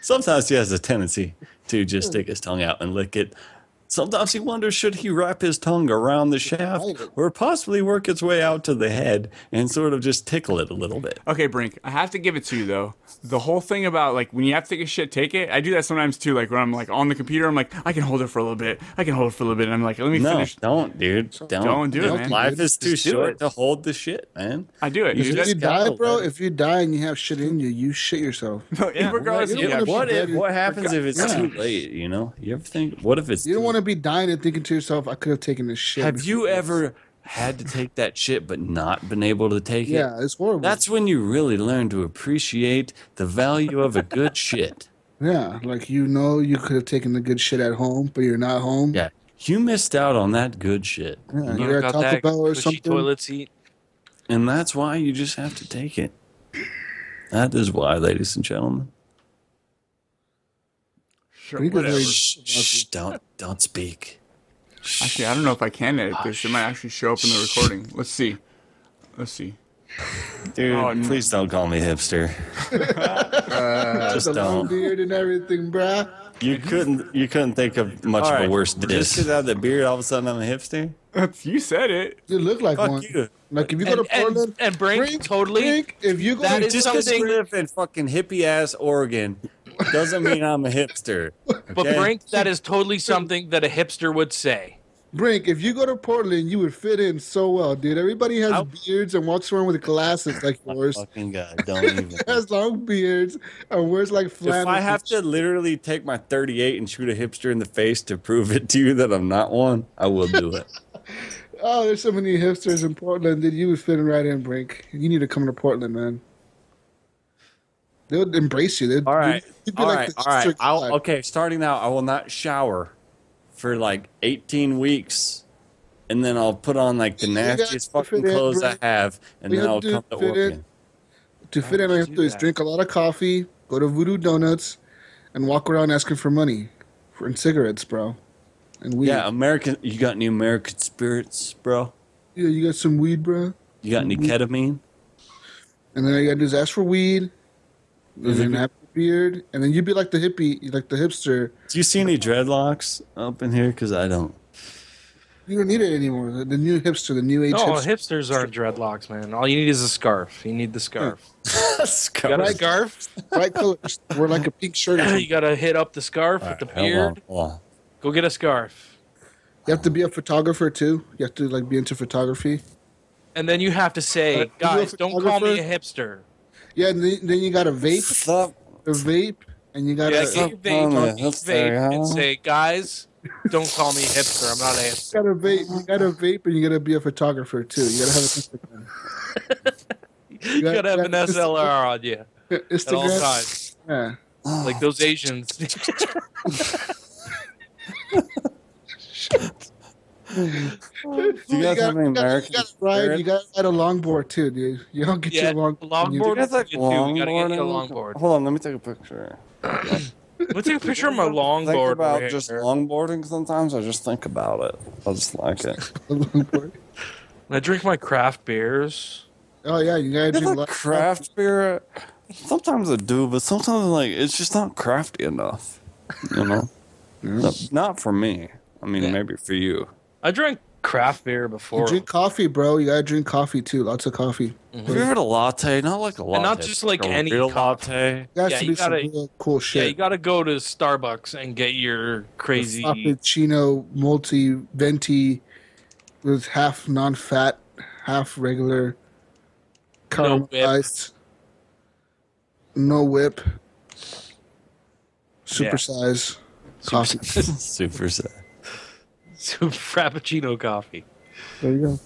Speaker 7: Sometimes he has a tendency to just stick his tongue out and lick it. Sometimes he wonders should he wrap his tongue around the shaft or possibly work its way out to the head and sort of just tickle it a little bit.
Speaker 4: Okay, Brink, I have to give it to you though. The whole thing about like when you have to take a shit, take it. I do that sometimes too. Like when I'm like on the computer, I'm like, I can hold it for a little bit. I can hold it for a little bit. And I'm like, let me
Speaker 7: No,
Speaker 4: finish.
Speaker 7: don't, dude. Don't,
Speaker 4: Don't do it, man.
Speaker 7: Life is too
Speaker 6: Just
Speaker 5: do
Speaker 7: short
Speaker 5: it.
Speaker 7: to hold the shit, man.
Speaker 4: I do it.
Speaker 7: You
Speaker 4: dude.
Speaker 6: If
Speaker 7: just
Speaker 6: you
Speaker 4: That's-
Speaker 6: die,
Speaker 7: gotta
Speaker 6: bro,
Speaker 7: let it-
Speaker 6: if you die and you have shit in you, you shit yourself.
Speaker 4: regardless,
Speaker 6: right,
Speaker 4: you
Speaker 6: you
Speaker 4: have shit.
Speaker 6: don't wanna
Speaker 7: What if? What happens if it's
Speaker 6: Yeah.
Speaker 7: too late? You know. You ever think? What if it's?
Speaker 6: You
Speaker 7: too
Speaker 6: don't want to be dying and thinking to yourself, I could have taken this shit.
Speaker 7: Have you ever had to take that shit but not been able to take it?
Speaker 6: Yeah, it's horrible.
Speaker 7: That's when you really learn to appreciate the value of a good shit.
Speaker 6: yeah, like you know you could have taken the good shit at home, but you're not home.
Speaker 7: Yeah. You missed out on that good shit.
Speaker 6: Yeah,
Speaker 5: You
Speaker 6: you're
Speaker 5: got
Speaker 6: at Taco
Speaker 5: that
Speaker 6: Bell or
Speaker 5: cushy
Speaker 6: something.
Speaker 5: toilet seat.
Speaker 7: And that's why you just have to take it. That is why, ladies and gentlemen.
Speaker 4: Sure,
Speaker 6: Brink is
Speaker 4: whatever.
Speaker 6: very-
Speaker 7: Shh, shh, don't don't speak.
Speaker 4: Actually, I don't know if I can edit this. It might
Speaker 7: Ah,
Speaker 4: actually show up in the recording. Let's see. Let's see.
Speaker 7: Dude,
Speaker 4: Oh, no.
Speaker 7: please don't call me hipster. just
Speaker 6: Uh, the long
Speaker 7: don't.
Speaker 6: beard and everything, bruh.
Speaker 7: You couldn't you couldn't think of much
Speaker 5: All
Speaker 7: of
Speaker 5: right,
Speaker 7: a worse
Speaker 5: just
Speaker 7: diss. Just out of the beard, all of a sudden I'm a hipster.
Speaker 4: you said it.
Speaker 6: You look like
Speaker 7: Fuck
Speaker 6: one.
Speaker 7: you.
Speaker 6: Like if you go
Speaker 5: And-
Speaker 6: to Portland,
Speaker 5: and- and Brink, totally.
Speaker 6: Brink, if you go
Speaker 5: That
Speaker 6: to
Speaker 5: is
Speaker 7: Just
Speaker 5: something-
Speaker 7: because you live in fucking hippie ass Oregon doesn't mean I'm a hipster.
Speaker 5: But
Speaker 7: okay?
Speaker 5: Brink, that is totally something that a hipster would say.
Speaker 6: Brink, if you go to Portland, you would fit in so well, dude. Everybody has
Speaker 7: I'll-
Speaker 6: beards and walks around with glasses like yours.
Speaker 7: Fucking god, don't even.
Speaker 6: has long beards and wears like flannel.
Speaker 7: If I have to literally take my 38 and shoot a hipster in the face to prove it to you that I'm not one, I will do it.
Speaker 6: oh, there's so many hipsters in Portland that you would fit in right in, Brink. You need to come to Portland, man. They would embrace you. They'd,
Speaker 7: All right,
Speaker 6: you'd be
Speaker 7: all
Speaker 6: like
Speaker 7: right,
Speaker 6: the
Speaker 7: all right.
Speaker 6: district
Speaker 7: I'll,
Speaker 6: flag.
Speaker 7: okay, starting now, I will not shower for like 18 weeks, and then I'll put on like the
Speaker 6: You got
Speaker 7: nastiest
Speaker 6: to
Speaker 7: fucking
Speaker 6: fit in,
Speaker 7: clothes I
Speaker 6: Brink.
Speaker 7: have, and
Speaker 6: We
Speaker 7: then
Speaker 6: have
Speaker 7: I'll
Speaker 6: to
Speaker 7: come to
Speaker 6: fit in.
Speaker 7: Oregon.
Speaker 6: To fit in, all you have to do is drink a lot of coffee, go to Voodoo Donuts, and walk around asking for money for, and cigarettes, bro. And weed.
Speaker 7: Yeah, um, American. You got any American spirits, bro?
Speaker 6: Yeah, you got some weed, bro.
Speaker 7: You got any
Speaker 5: Mm-hmm.
Speaker 7: ketamine?
Speaker 6: And then all you gotta do is ask for weed,
Speaker 7: Mm-hmm.
Speaker 6: and then have a beard, and then you'd be like the hippie, like the hipster.
Speaker 7: Do you see any dreadlocks up in here? Because I don't.
Speaker 6: You don't need it anymore. The, the new hipster, the new age
Speaker 5: No,
Speaker 6: hipster.
Speaker 5: hipsters aren't dreadlocks, man. All you need is a scarf. You need the scarf. You got a scarf?
Speaker 6: bright colors. Wear like a pink shirt. or
Speaker 5: you
Speaker 6: something.
Speaker 5: got to hit up the scarf with the beard. Go get a scarf.
Speaker 6: You have to be a photographer too. You have to like be into photography.
Speaker 5: And then you have to
Speaker 6: Uh,
Speaker 5: say,
Speaker 6: you
Speaker 5: guys,
Speaker 6: a
Speaker 5: don't call me a
Speaker 6: photographer?
Speaker 5: hipster.
Speaker 6: Yeah, and then, then you got a vape,
Speaker 7: Stop.
Speaker 6: a vape, and you got
Speaker 5: Yeah,
Speaker 6: a
Speaker 5: get your
Speaker 7: calling me a
Speaker 5: vape, get your
Speaker 7: hipster,
Speaker 5: vape
Speaker 7: huh?
Speaker 5: and say, guys, don't call me a hipster. I'm not a hipster.
Speaker 6: got a vape. You got a vape, and you got to be a photographer too. You got to have an
Speaker 5: You got to have an SLR on you
Speaker 6: Instagram.
Speaker 5: at all
Speaker 6: Instagram.
Speaker 5: times.
Speaker 6: Yeah.
Speaker 5: Like those Asians.
Speaker 7: You guys have any
Speaker 6: You
Speaker 7: American
Speaker 6: got to ride. You got to ride a longboard too, dude. You don't get
Speaker 5: yeah,
Speaker 6: your long
Speaker 5: longboard.
Speaker 6: You
Speaker 5: is good, too. We gotta get you a longboard.
Speaker 7: Hold on, let me take a picture.
Speaker 5: Let's take a picture of my
Speaker 7: think
Speaker 5: longboard.
Speaker 7: about
Speaker 5: right
Speaker 7: just
Speaker 5: here.
Speaker 7: longboarding sometimes. I just think about it. I just like it.
Speaker 6: got a longboard.
Speaker 5: I drink my craft beers.
Speaker 6: Oh yeah, you got to
Speaker 7: It's
Speaker 6: do
Speaker 7: like craft beer. Sometimes I do, but sometimes like it's just not crafty enough. You know, not, not for me. I mean, maybe for you.
Speaker 5: I drank craft beer before,
Speaker 6: Drink coffee, bro. You gotta drink coffee too. Lots of coffee.
Speaker 7: Have you ever had a latte? Not like a latte,
Speaker 5: not just like
Speaker 7: a
Speaker 5: any
Speaker 7: real
Speaker 5: coffee.
Speaker 7: latte.
Speaker 6: That's
Speaker 5: Yeah,
Speaker 6: to
Speaker 5: you
Speaker 6: be some
Speaker 5: gotta-
Speaker 6: real cool shit.
Speaker 5: Yeah, you got to go to Starbucks and get your crazy.
Speaker 6: Frappuccino, multi venti, with half non-fat, half regular,
Speaker 5: No whip.
Speaker 6: caramelized, no whip,
Speaker 5: Yeah.
Speaker 6: supersize coffee.
Speaker 7: Super sad.
Speaker 5: Frappuccino coffee.
Speaker 6: There you go.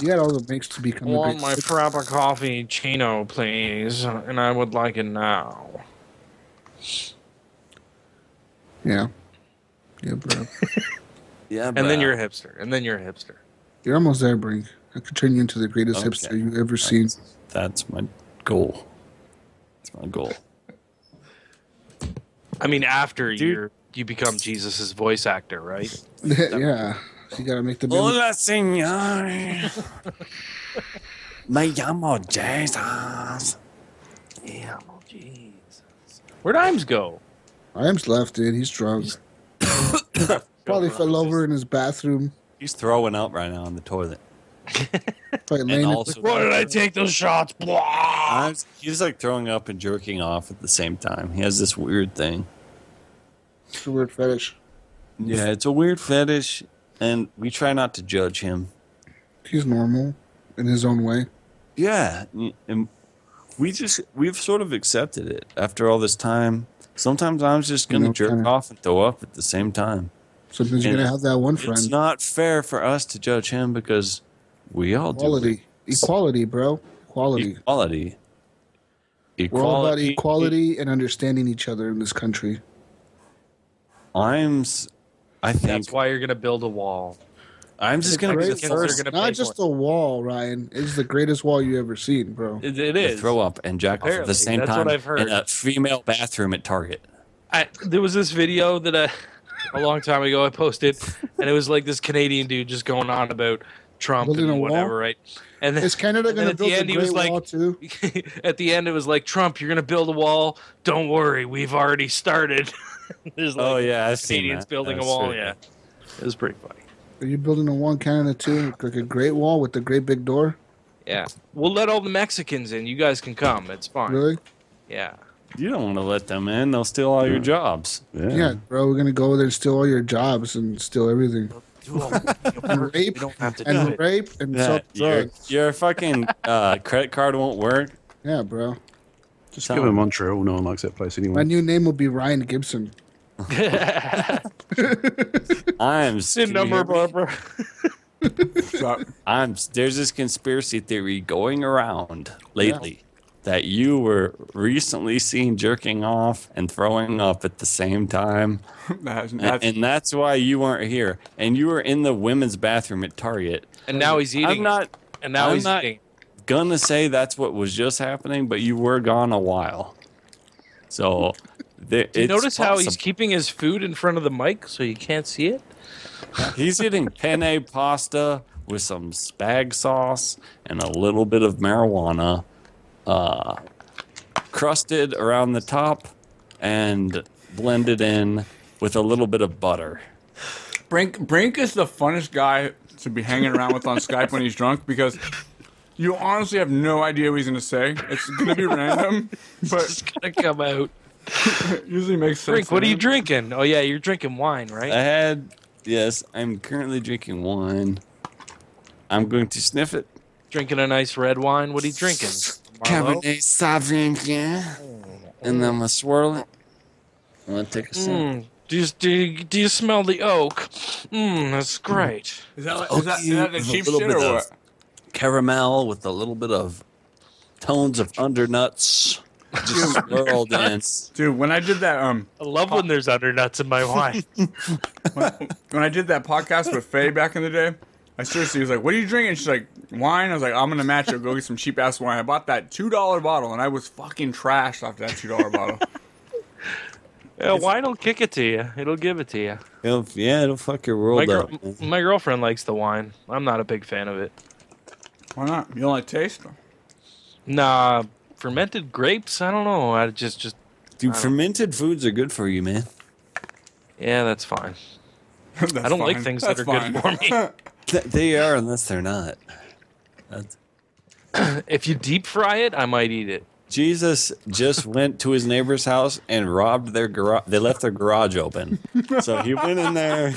Speaker 6: You got all the makes to become a
Speaker 5: Want
Speaker 6: great.
Speaker 5: my frappa coffee chino, please, and I would like it now.
Speaker 6: yeah, yeah, bro.
Speaker 7: Yeah,
Speaker 5: And then you're a hipster. And then you're a hipster.
Speaker 6: You're almost there, Brink. I could turn you into the greatest
Speaker 7: Okay.
Speaker 6: hipster you've ever seen.
Speaker 7: That's my goal. That's my goal.
Speaker 5: I mean, after you you become Jesus's voice actor, right?
Speaker 6: yeah, you gotta make the big
Speaker 7: Hola, señor. Me llamo Jesus.
Speaker 5: oh, Yeah. Jeez. Where'd Imes go?
Speaker 6: Rhymes left, dude. He's drunk. Probably fell over in his bathroom.
Speaker 7: He's throwing up right now in the toilet.
Speaker 6: Probably
Speaker 7: And
Speaker 6: laying
Speaker 7: also,
Speaker 6: there.
Speaker 5: did I take those shots? Blah.
Speaker 7: I'm- he's like throwing up and jerking off at the same time. He has this weird thing.
Speaker 6: It's a weird fetish.
Speaker 7: Yeah, it's a weird fetish, and we try not to judge him.
Speaker 6: He's normal in his own way.
Speaker 7: Yeah, and- and we just we've sort of accepted it after all this time. Sometimes I'm just gonna
Speaker 6: know,
Speaker 7: jerk
Speaker 6: kinda.
Speaker 7: off and throw up at the same time.
Speaker 6: Sometimes you're
Speaker 7: And
Speaker 6: gonna have that one friend.
Speaker 7: It's not fair for us to judge him because we all do.
Speaker 6: Equality, equality, bro.
Speaker 5: E-
Speaker 6: Equality.
Speaker 7: Equality.
Speaker 6: We're all about equality and understanding each other in this country.
Speaker 7: I'm. s- I think
Speaker 5: That's why you're gonna build a wall.
Speaker 7: I'm just gonna be the
Speaker 5: Republicans are
Speaker 7: first
Speaker 5: gonna pay
Speaker 6: Not just
Speaker 5: for
Speaker 6: the wall, Ryan. It's the greatest wall you ever seen, bro.
Speaker 5: It, it
Speaker 7: to
Speaker 5: is.
Speaker 7: throw up and jack off at the
Speaker 5: Apparently,
Speaker 7: same
Speaker 5: that's
Speaker 7: time
Speaker 5: what I've heard.
Speaker 7: in a female bathroom at Target.
Speaker 5: I, there was this video that I, a long time ago I posted, and it was like this Canadian dude just going on about Trump
Speaker 6: Building a
Speaker 5: and whatever,
Speaker 6: wall?
Speaker 5: right? And then,
Speaker 6: Is Canada
Speaker 5: and then
Speaker 6: gonna
Speaker 5: at the
Speaker 6: build a
Speaker 5: end, he
Speaker 6: great
Speaker 5: was like,
Speaker 6: wall too?
Speaker 5: at the end, it was like Trump, you're gonna build a wall. Don't worry, we've already started. There's like
Speaker 7: Oh, yeah, I've seen
Speaker 5: Canadians
Speaker 7: that.
Speaker 5: building
Speaker 7: I've
Speaker 5: a wall.
Speaker 7: seen
Speaker 5: Yeah,
Speaker 7: that.
Speaker 5: it was pretty funny.
Speaker 6: Are you building a wall in Canada too? Like a great wall with the great big door?
Speaker 5: Yeah, we'll let all the Mexicans in. You guys can come. It's fine.
Speaker 6: Really?
Speaker 5: Yeah.
Speaker 7: You don't want to let them in; they'll steal all your jobs.
Speaker 8: Yeah.
Speaker 6: Yeah, bro. We're gonna go over there and steal all your jobs and steal everything.
Speaker 5: and
Speaker 6: rape
Speaker 5: don't have to do
Speaker 6: and
Speaker 5: it.
Speaker 6: rape and
Speaker 7: Yeah,
Speaker 6: sell
Speaker 7: your,
Speaker 6: drugs.
Speaker 7: your fucking uh, credit card won't work.
Speaker 6: Yeah, bro.
Speaker 8: Just give him Montreal. No one likes that place
Speaker 6: My
Speaker 8: anyway.
Speaker 6: new name will be Ryan Gibson.
Speaker 7: I am.
Speaker 5: Sin
Speaker 7: can you
Speaker 5: number,
Speaker 7: hear me?
Speaker 5: Barbara.
Speaker 4: So,
Speaker 7: I'm. There's this conspiracy theory going around lately that you were recently seen jerking off and throwing up at the same time,
Speaker 4: that's,
Speaker 7: and,
Speaker 4: that's,
Speaker 7: and that's why you weren't here. And you were in the women's bathroom at Target.
Speaker 5: And now he's eating.
Speaker 7: I'm not
Speaker 5: and now
Speaker 7: I'm
Speaker 5: he's
Speaker 7: not-
Speaker 5: eating.
Speaker 7: gonna say that's what was just happening, but you were gone a while, so. There,
Speaker 5: Do you
Speaker 7: it's
Speaker 5: notice how he's
Speaker 7: possible.
Speaker 5: keeping his food in front of the mic so you can't see it?
Speaker 7: He's eating penne pasta with some spag sauce and a little bit of marijuana, uh, crusted around the top and blended in with a little bit of butter.
Speaker 4: Brink Brink is the funnest guy to be hanging around with on Skype when he's drunk because you honestly have no idea what he's gonna say. It's gonna be random, but
Speaker 5: It's gonna come out.
Speaker 4: it usually makes sense.
Speaker 5: Drink. What are
Speaker 4: in
Speaker 5: you
Speaker 4: it.
Speaker 5: drinking? Oh yeah, you're drinking wine,
Speaker 7: I
Speaker 4: Eh?
Speaker 5: right?
Speaker 7: had, yes, I'm currently drinking wine. I'm going to sniff it.
Speaker 5: Drinking a nice red wine. What are you drinking? Merlot?
Speaker 7: Cabernet Sauvignon. And I'm going to swirl it. I'm going to take a sip.
Speaker 5: Mm. Do you, do, you, do you smell the oak? Mmm, that's
Speaker 4: Mm-hmm.
Speaker 5: great.
Speaker 4: Is that, like, is that, is that the
Speaker 7: With a
Speaker 4: cheap
Speaker 7: Oh, little
Speaker 4: shit
Speaker 7: bit
Speaker 4: or
Speaker 7: of-
Speaker 4: what?
Speaker 7: caramel with a little bit of tones of undernuts just swirled in.
Speaker 4: Dude, when I did that um
Speaker 5: I love when there's undernuts in my wine.
Speaker 4: when I did that podcast with Faye back in the day, I seriously was like, "What are you drinking?" She's like, "Wine." I was like, "I'm gonna match it. Go get some cheap ass wine." I bought that two dollar bottle, and I was fucking trashed after that two dollar bottle.
Speaker 5: yeah, wine will kick it to you. It'll give it to you.
Speaker 7: It'll- yeah, it'll fuck your
Speaker 5: My,
Speaker 7: world
Speaker 5: girl,
Speaker 7: up.
Speaker 4: Mm.
Speaker 7: man.
Speaker 5: my girlfriend likes the wine. I'm not a big fan of it.
Speaker 4: Why not? You don't like taste?
Speaker 5: Nah, fermented grapes. I don't know. I just just
Speaker 7: Dude, fermented foods are good for you, man.
Speaker 5: yeah, that's fine.
Speaker 4: That's
Speaker 5: I don't like
Speaker 4: fine.
Speaker 5: things
Speaker 4: That's
Speaker 5: that are
Speaker 4: fine.
Speaker 5: good for me.
Speaker 7: Th- They are, unless they're not. That's-
Speaker 5: If you deep fry it, I might eat it.
Speaker 7: Jesus just went to his neighbor's house and robbed their garage. They left their garage open. So he went in there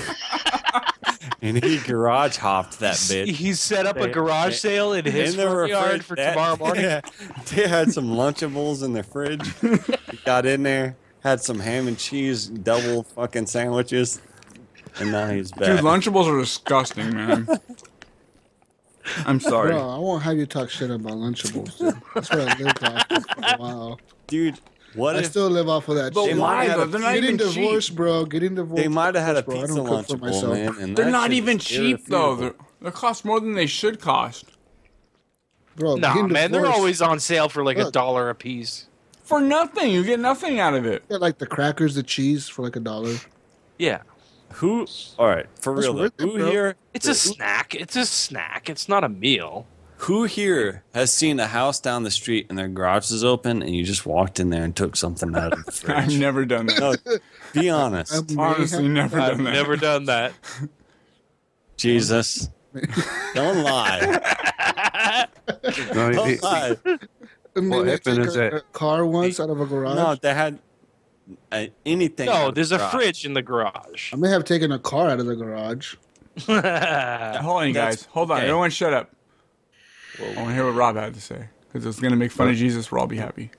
Speaker 7: and he garage hopped that bitch.
Speaker 5: He set up a garage sale in his
Speaker 7: in the
Speaker 5: front
Speaker 7: refrigerator
Speaker 5: yard for tomorrow morning.
Speaker 7: they had some Lunchables in their fridge. He got in there, had some ham and cheese, double fucking sandwiches, and now he's back.
Speaker 4: Dude, Lunchables are disgusting, man. I'm sorry.
Speaker 6: Bro, I won't have you talk shit about Lunchables. Dude. That's what I lived off of for a while.
Speaker 7: Dude, what
Speaker 6: I
Speaker 7: if
Speaker 6: still live off of that
Speaker 4: But
Speaker 6: shit.
Speaker 4: why?
Speaker 7: might
Speaker 4: though?
Speaker 7: have-
Speaker 4: They're not
Speaker 6: Getting
Speaker 4: even
Speaker 6: divorced,
Speaker 4: cheap.
Speaker 6: bro. Getting divorced.
Speaker 7: they might have had a
Speaker 6: bro. I
Speaker 7: pizza
Speaker 6: don't cook for
Speaker 7: Lunchable,
Speaker 6: myself.
Speaker 7: man? And
Speaker 4: They're
Speaker 7: that
Speaker 4: not
Speaker 7: shit
Speaker 4: even
Speaker 7: is
Speaker 4: cheap though. They're,
Speaker 7: irrefutable.
Speaker 4: they cost more than they should cost
Speaker 6: Bro,
Speaker 5: Nah,
Speaker 6: getting
Speaker 5: man, they're
Speaker 6: divorced,
Speaker 5: always on sale for like a
Speaker 6: Look.
Speaker 5: dollar a piece.
Speaker 4: for nothing. You get nothing out of it.
Speaker 6: they get, like the crackers, the cheese for like a dollar.
Speaker 5: Yeah,
Speaker 7: Who? All right, for
Speaker 6: That's
Speaker 7: real. though,
Speaker 6: worth it,
Speaker 7: Who
Speaker 6: bro.
Speaker 7: here?
Speaker 5: it's a snack. It's a snack. It's not a meal.
Speaker 7: Who here has seen a house down the street and their garage is open and you just walked in there and took something out of the
Speaker 4: I've
Speaker 7: fridge?
Speaker 4: never done that.
Speaker 7: no, be honest.
Speaker 6: I may
Speaker 4: Honestly,
Speaker 6: have-
Speaker 4: never
Speaker 5: I've
Speaker 4: done that.
Speaker 5: never done that.
Speaker 7: Jesus. Don't lie.
Speaker 8: No, it-
Speaker 7: Don't
Speaker 8: it-
Speaker 7: lie.
Speaker 6: I may
Speaker 8: What
Speaker 6: have
Speaker 8: happened
Speaker 6: taken
Speaker 8: is
Speaker 6: a,
Speaker 8: that-
Speaker 6: a car once out of a garage.
Speaker 7: No, they had uh, anything. out
Speaker 5: No,
Speaker 7: of
Speaker 5: there's
Speaker 7: the
Speaker 5: a
Speaker 7: garage.
Speaker 5: fridge in the garage.
Speaker 6: I may have taken a car out of the garage.
Speaker 4: Hold on, you
Speaker 7: That's-
Speaker 4: guys. Hold on.
Speaker 7: okay.
Speaker 4: Everyone, shut up. I want to hear what Rob had to say because it's gonna make fun of Jesus. We'll all be happy.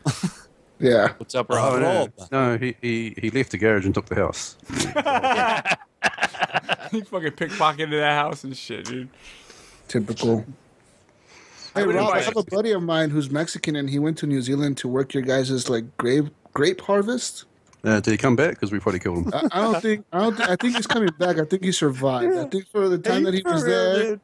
Speaker 6: Yeah.
Speaker 5: What's up,
Speaker 8: Oh,
Speaker 5: Rob?
Speaker 8: no,
Speaker 7: Rob.
Speaker 8: no he, he, he left the garage and took the house.
Speaker 4: he fucking pickpocketed that house and shit, dude.
Speaker 6: Typical. Hey,
Speaker 4: would
Speaker 6: Rob, I
Speaker 4: invite
Speaker 6: have a buddy of mine who's Mexican, and he went to New Zealand to work your guys' like grape grape harvest.
Speaker 8: Uh, did he come back? Because we probably killed him.
Speaker 6: I, I don't think I don't. Think, I think he's coming back. I think he survived. I think for the time that he was there,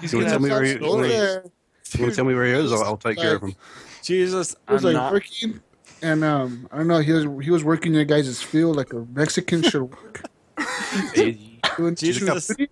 Speaker 5: He's
Speaker 8: You
Speaker 5: gonna
Speaker 8: wanna tell
Speaker 5: have
Speaker 8: me where he,
Speaker 6: that's all
Speaker 8: where he,
Speaker 6: there.
Speaker 8: you wanna tell me where he is? I'll, I'll take care of him.
Speaker 7: Jesus,
Speaker 6: He was
Speaker 7: I'm
Speaker 6: like
Speaker 7: not.
Speaker 6: working, and um, I don't know. He was he was working your guys' field like a Mexican should work. Doing
Speaker 7: Jesus.
Speaker 6: charcuterie.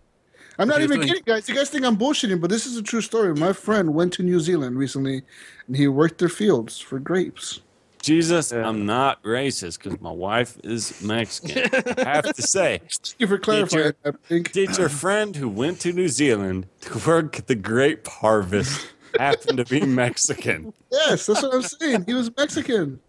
Speaker 6: I'm not
Speaker 4: He was
Speaker 6: even
Speaker 4: doing-
Speaker 6: kidding, guys. You guys think I'm bullshitting, but this is a true story. My friend went to New Zealand recently, and he worked their fields for grapes.
Speaker 7: Jesus, I'm not racist because my wife is Mexican. I have to say,
Speaker 6: Thank you for clarifying.
Speaker 7: your-
Speaker 6: I think
Speaker 7: did your friend who went to New Zealand to work the grape harvest happen to be Mexican?
Speaker 6: yes, that's what I'm saying. He was Mexican.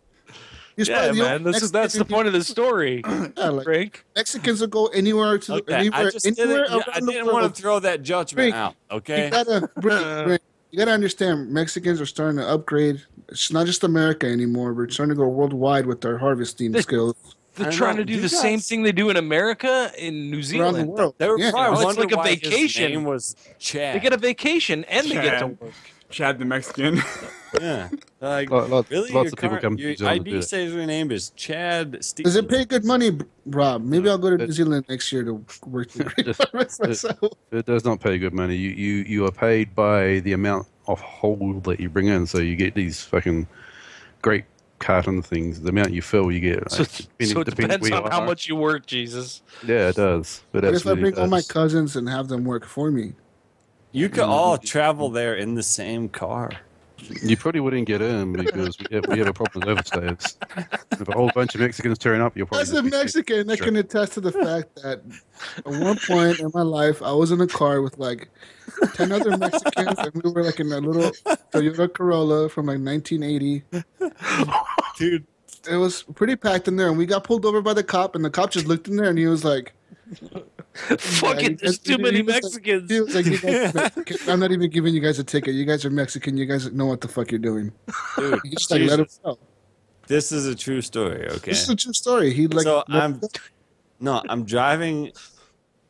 Speaker 6: He's
Speaker 5: Yeah,
Speaker 6: probably the
Speaker 5: man.
Speaker 6: only
Speaker 5: This is that's the
Speaker 6: Mexican
Speaker 5: point of the story.
Speaker 6: you- yeah, like,
Speaker 5: Frank.
Speaker 6: Mexicans will go anywhere to
Speaker 7: Okay,
Speaker 6: anywhere,
Speaker 7: I just
Speaker 6: anywhere
Speaker 7: didn't, yeah, I
Speaker 6: around the
Speaker 7: didn't
Speaker 6: world.
Speaker 7: want to throw that judgment
Speaker 6: Drink.
Speaker 7: out. Okay,
Speaker 6: you gotta Brink, Brink, you gotta understand Mexicans are starting to upgrade. It's not just America anymore. We're starting to go worldwide with our harvesting skills
Speaker 5: They're
Speaker 7: I know,
Speaker 5: trying to do
Speaker 7: you
Speaker 5: the same
Speaker 7: guys-
Speaker 5: thing they do in America in New
Speaker 6: around the
Speaker 5: Zealand.
Speaker 6: world.
Speaker 7: they were
Speaker 6: Yeah.
Speaker 7: probably
Speaker 5: It's
Speaker 7: wondering
Speaker 5: like a
Speaker 7: why his
Speaker 5: vacation.
Speaker 7: name was Chad.
Speaker 5: They get a vacation and they get to
Speaker 4: Chad.
Speaker 5: work.
Speaker 4: Chad the Mexican.
Speaker 7: yeah. Like,
Speaker 8: Lot- lot-
Speaker 7: really,
Speaker 8: lots
Speaker 7: Your
Speaker 8: of people
Speaker 7: car-
Speaker 8: come to
Speaker 7: your
Speaker 8: New Zealand to do
Speaker 7: ID
Speaker 8: that.
Speaker 7: says your name is Chad. Steve.
Speaker 6: Does it pay good money, B- Rob? Maybe I'll go to New Zealand next year to work the grape harvest myself.
Speaker 8: It does not pay good money. You, you you are paid by the amount of whole that you bring in. So you get these fucking great carton things. The amount you fill, you get.
Speaker 5: So,
Speaker 8: like, depending-
Speaker 5: so it
Speaker 8: depending
Speaker 5: depends
Speaker 8: where
Speaker 5: on
Speaker 8: you
Speaker 5: how
Speaker 8: are.
Speaker 5: much you work, Jesus.
Speaker 8: Yeah, it does. It
Speaker 6: What if I
Speaker 8: absolutely
Speaker 6: bring all my
Speaker 8: does.
Speaker 6: cousins and have them work for me?
Speaker 7: You could all travel there in the same car.
Speaker 8: You probably wouldn't get in because we have, we have a problem with overstays. If a whole bunch of Mexicans turn up, you'll probably.
Speaker 6: As a
Speaker 8: just be-
Speaker 6: Mexican, I
Speaker 8: Sure.
Speaker 6: can attest to the fact that at one point in my life, I was in a car with like 10 other Mexicans, and we were like in a little Toyota Corolla from like 1980.
Speaker 7: Dude,
Speaker 6: It was pretty packed in there, and we got pulled over by the cop, and the cop just looked in there and he was like,
Speaker 5: Fucking,
Speaker 6: you
Speaker 5: there's
Speaker 6: guys-
Speaker 5: too many
Speaker 6: he was like-
Speaker 5: Mexicans.
Speaker 6: he was like "You guys are Mexican. I'm not even giving you guys a ticket. You guys are Mexican. You guys know what the fuck you're doing.
Speaker 7: dude
Speaker 6: He just like let
Speaker 7: Jesus.
Speaker 6: us know.
Speaker 7: this is a true story, okay?
Speaker 6: This is a true story. He like,
Speaker 7: so
Speaker 6: let
Speaker 7: I'm
Speaker 6: us
Speaker 7: no, I'm driving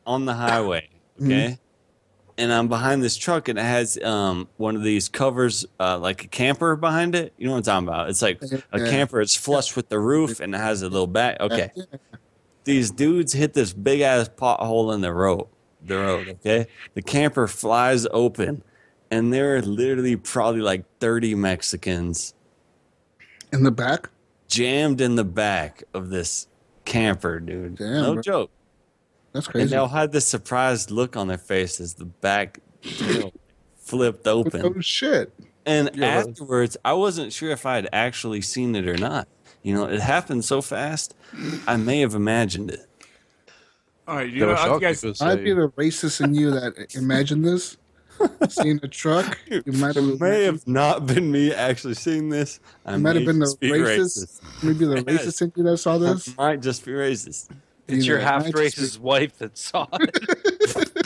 Speaker 7: on the highway,
Speaker 6: Mm-hmm.
Speaker 7: okay, and I'm behind this truck, and it has um one of these covers, uh, like a camper behind it. You know what I'm talking about? It's like a
Speaker 6: Yeah.
Speaker 7: camper. It's flush with the roof, and it has a little back. Okay,
Speaker 6: know.
Speaker 7: these dudes hit this big ass pothole in the road. The road, okay. The camper flies open, and there are literally probably like 30 Mexicans
Speaker 6: in the back.
Speaker 7: jammed in the back of this camper, dude.
Speaker 6: Damn,
Speaker 7: no
Speaker 6: bro.
Speaker 7: joke.
Speaker 6: That's
Speaker 7: And
Speaker 6: crazy.
Speaker 7: they all had this surprised look on their face as the back tail flipped
Speaker 6: Oh
Speaker 7: open.
Speaker 6: shit!
Speaker 7: And afterwards, I wasn't sure if I had actually seen it or not. You know, it happened so fast, I may have imagined it.
Speaker 4: all right, you
Speaker 8: They
Speaker 4: know,
Speaker 8: were
Speaker 4: I
Speaker 8: shocked
Speaker 4: guys.
Speaker 8: because
Speaker 6: I'd be
Speaker 8: they-
Speaker 6: the racist in you that imagined this. Seeing a truck, you might have,
Speaker 7: It may have not been me actually seeing this. I
Speaker 6: you might have been the
Speaker 7: just be
Speaker 6: racist, maybe the
Speaker 7: Yes.
Speaker 6: racist in you that saw
Speaker 7: I
Speaker 6: this.
Speaker 7: might just be racist.
Speaker 5: It's your
Speaker 6: Either.
Speaker 5: half
Speaker 6: I just-
Speaker 5: racist wife that saw it.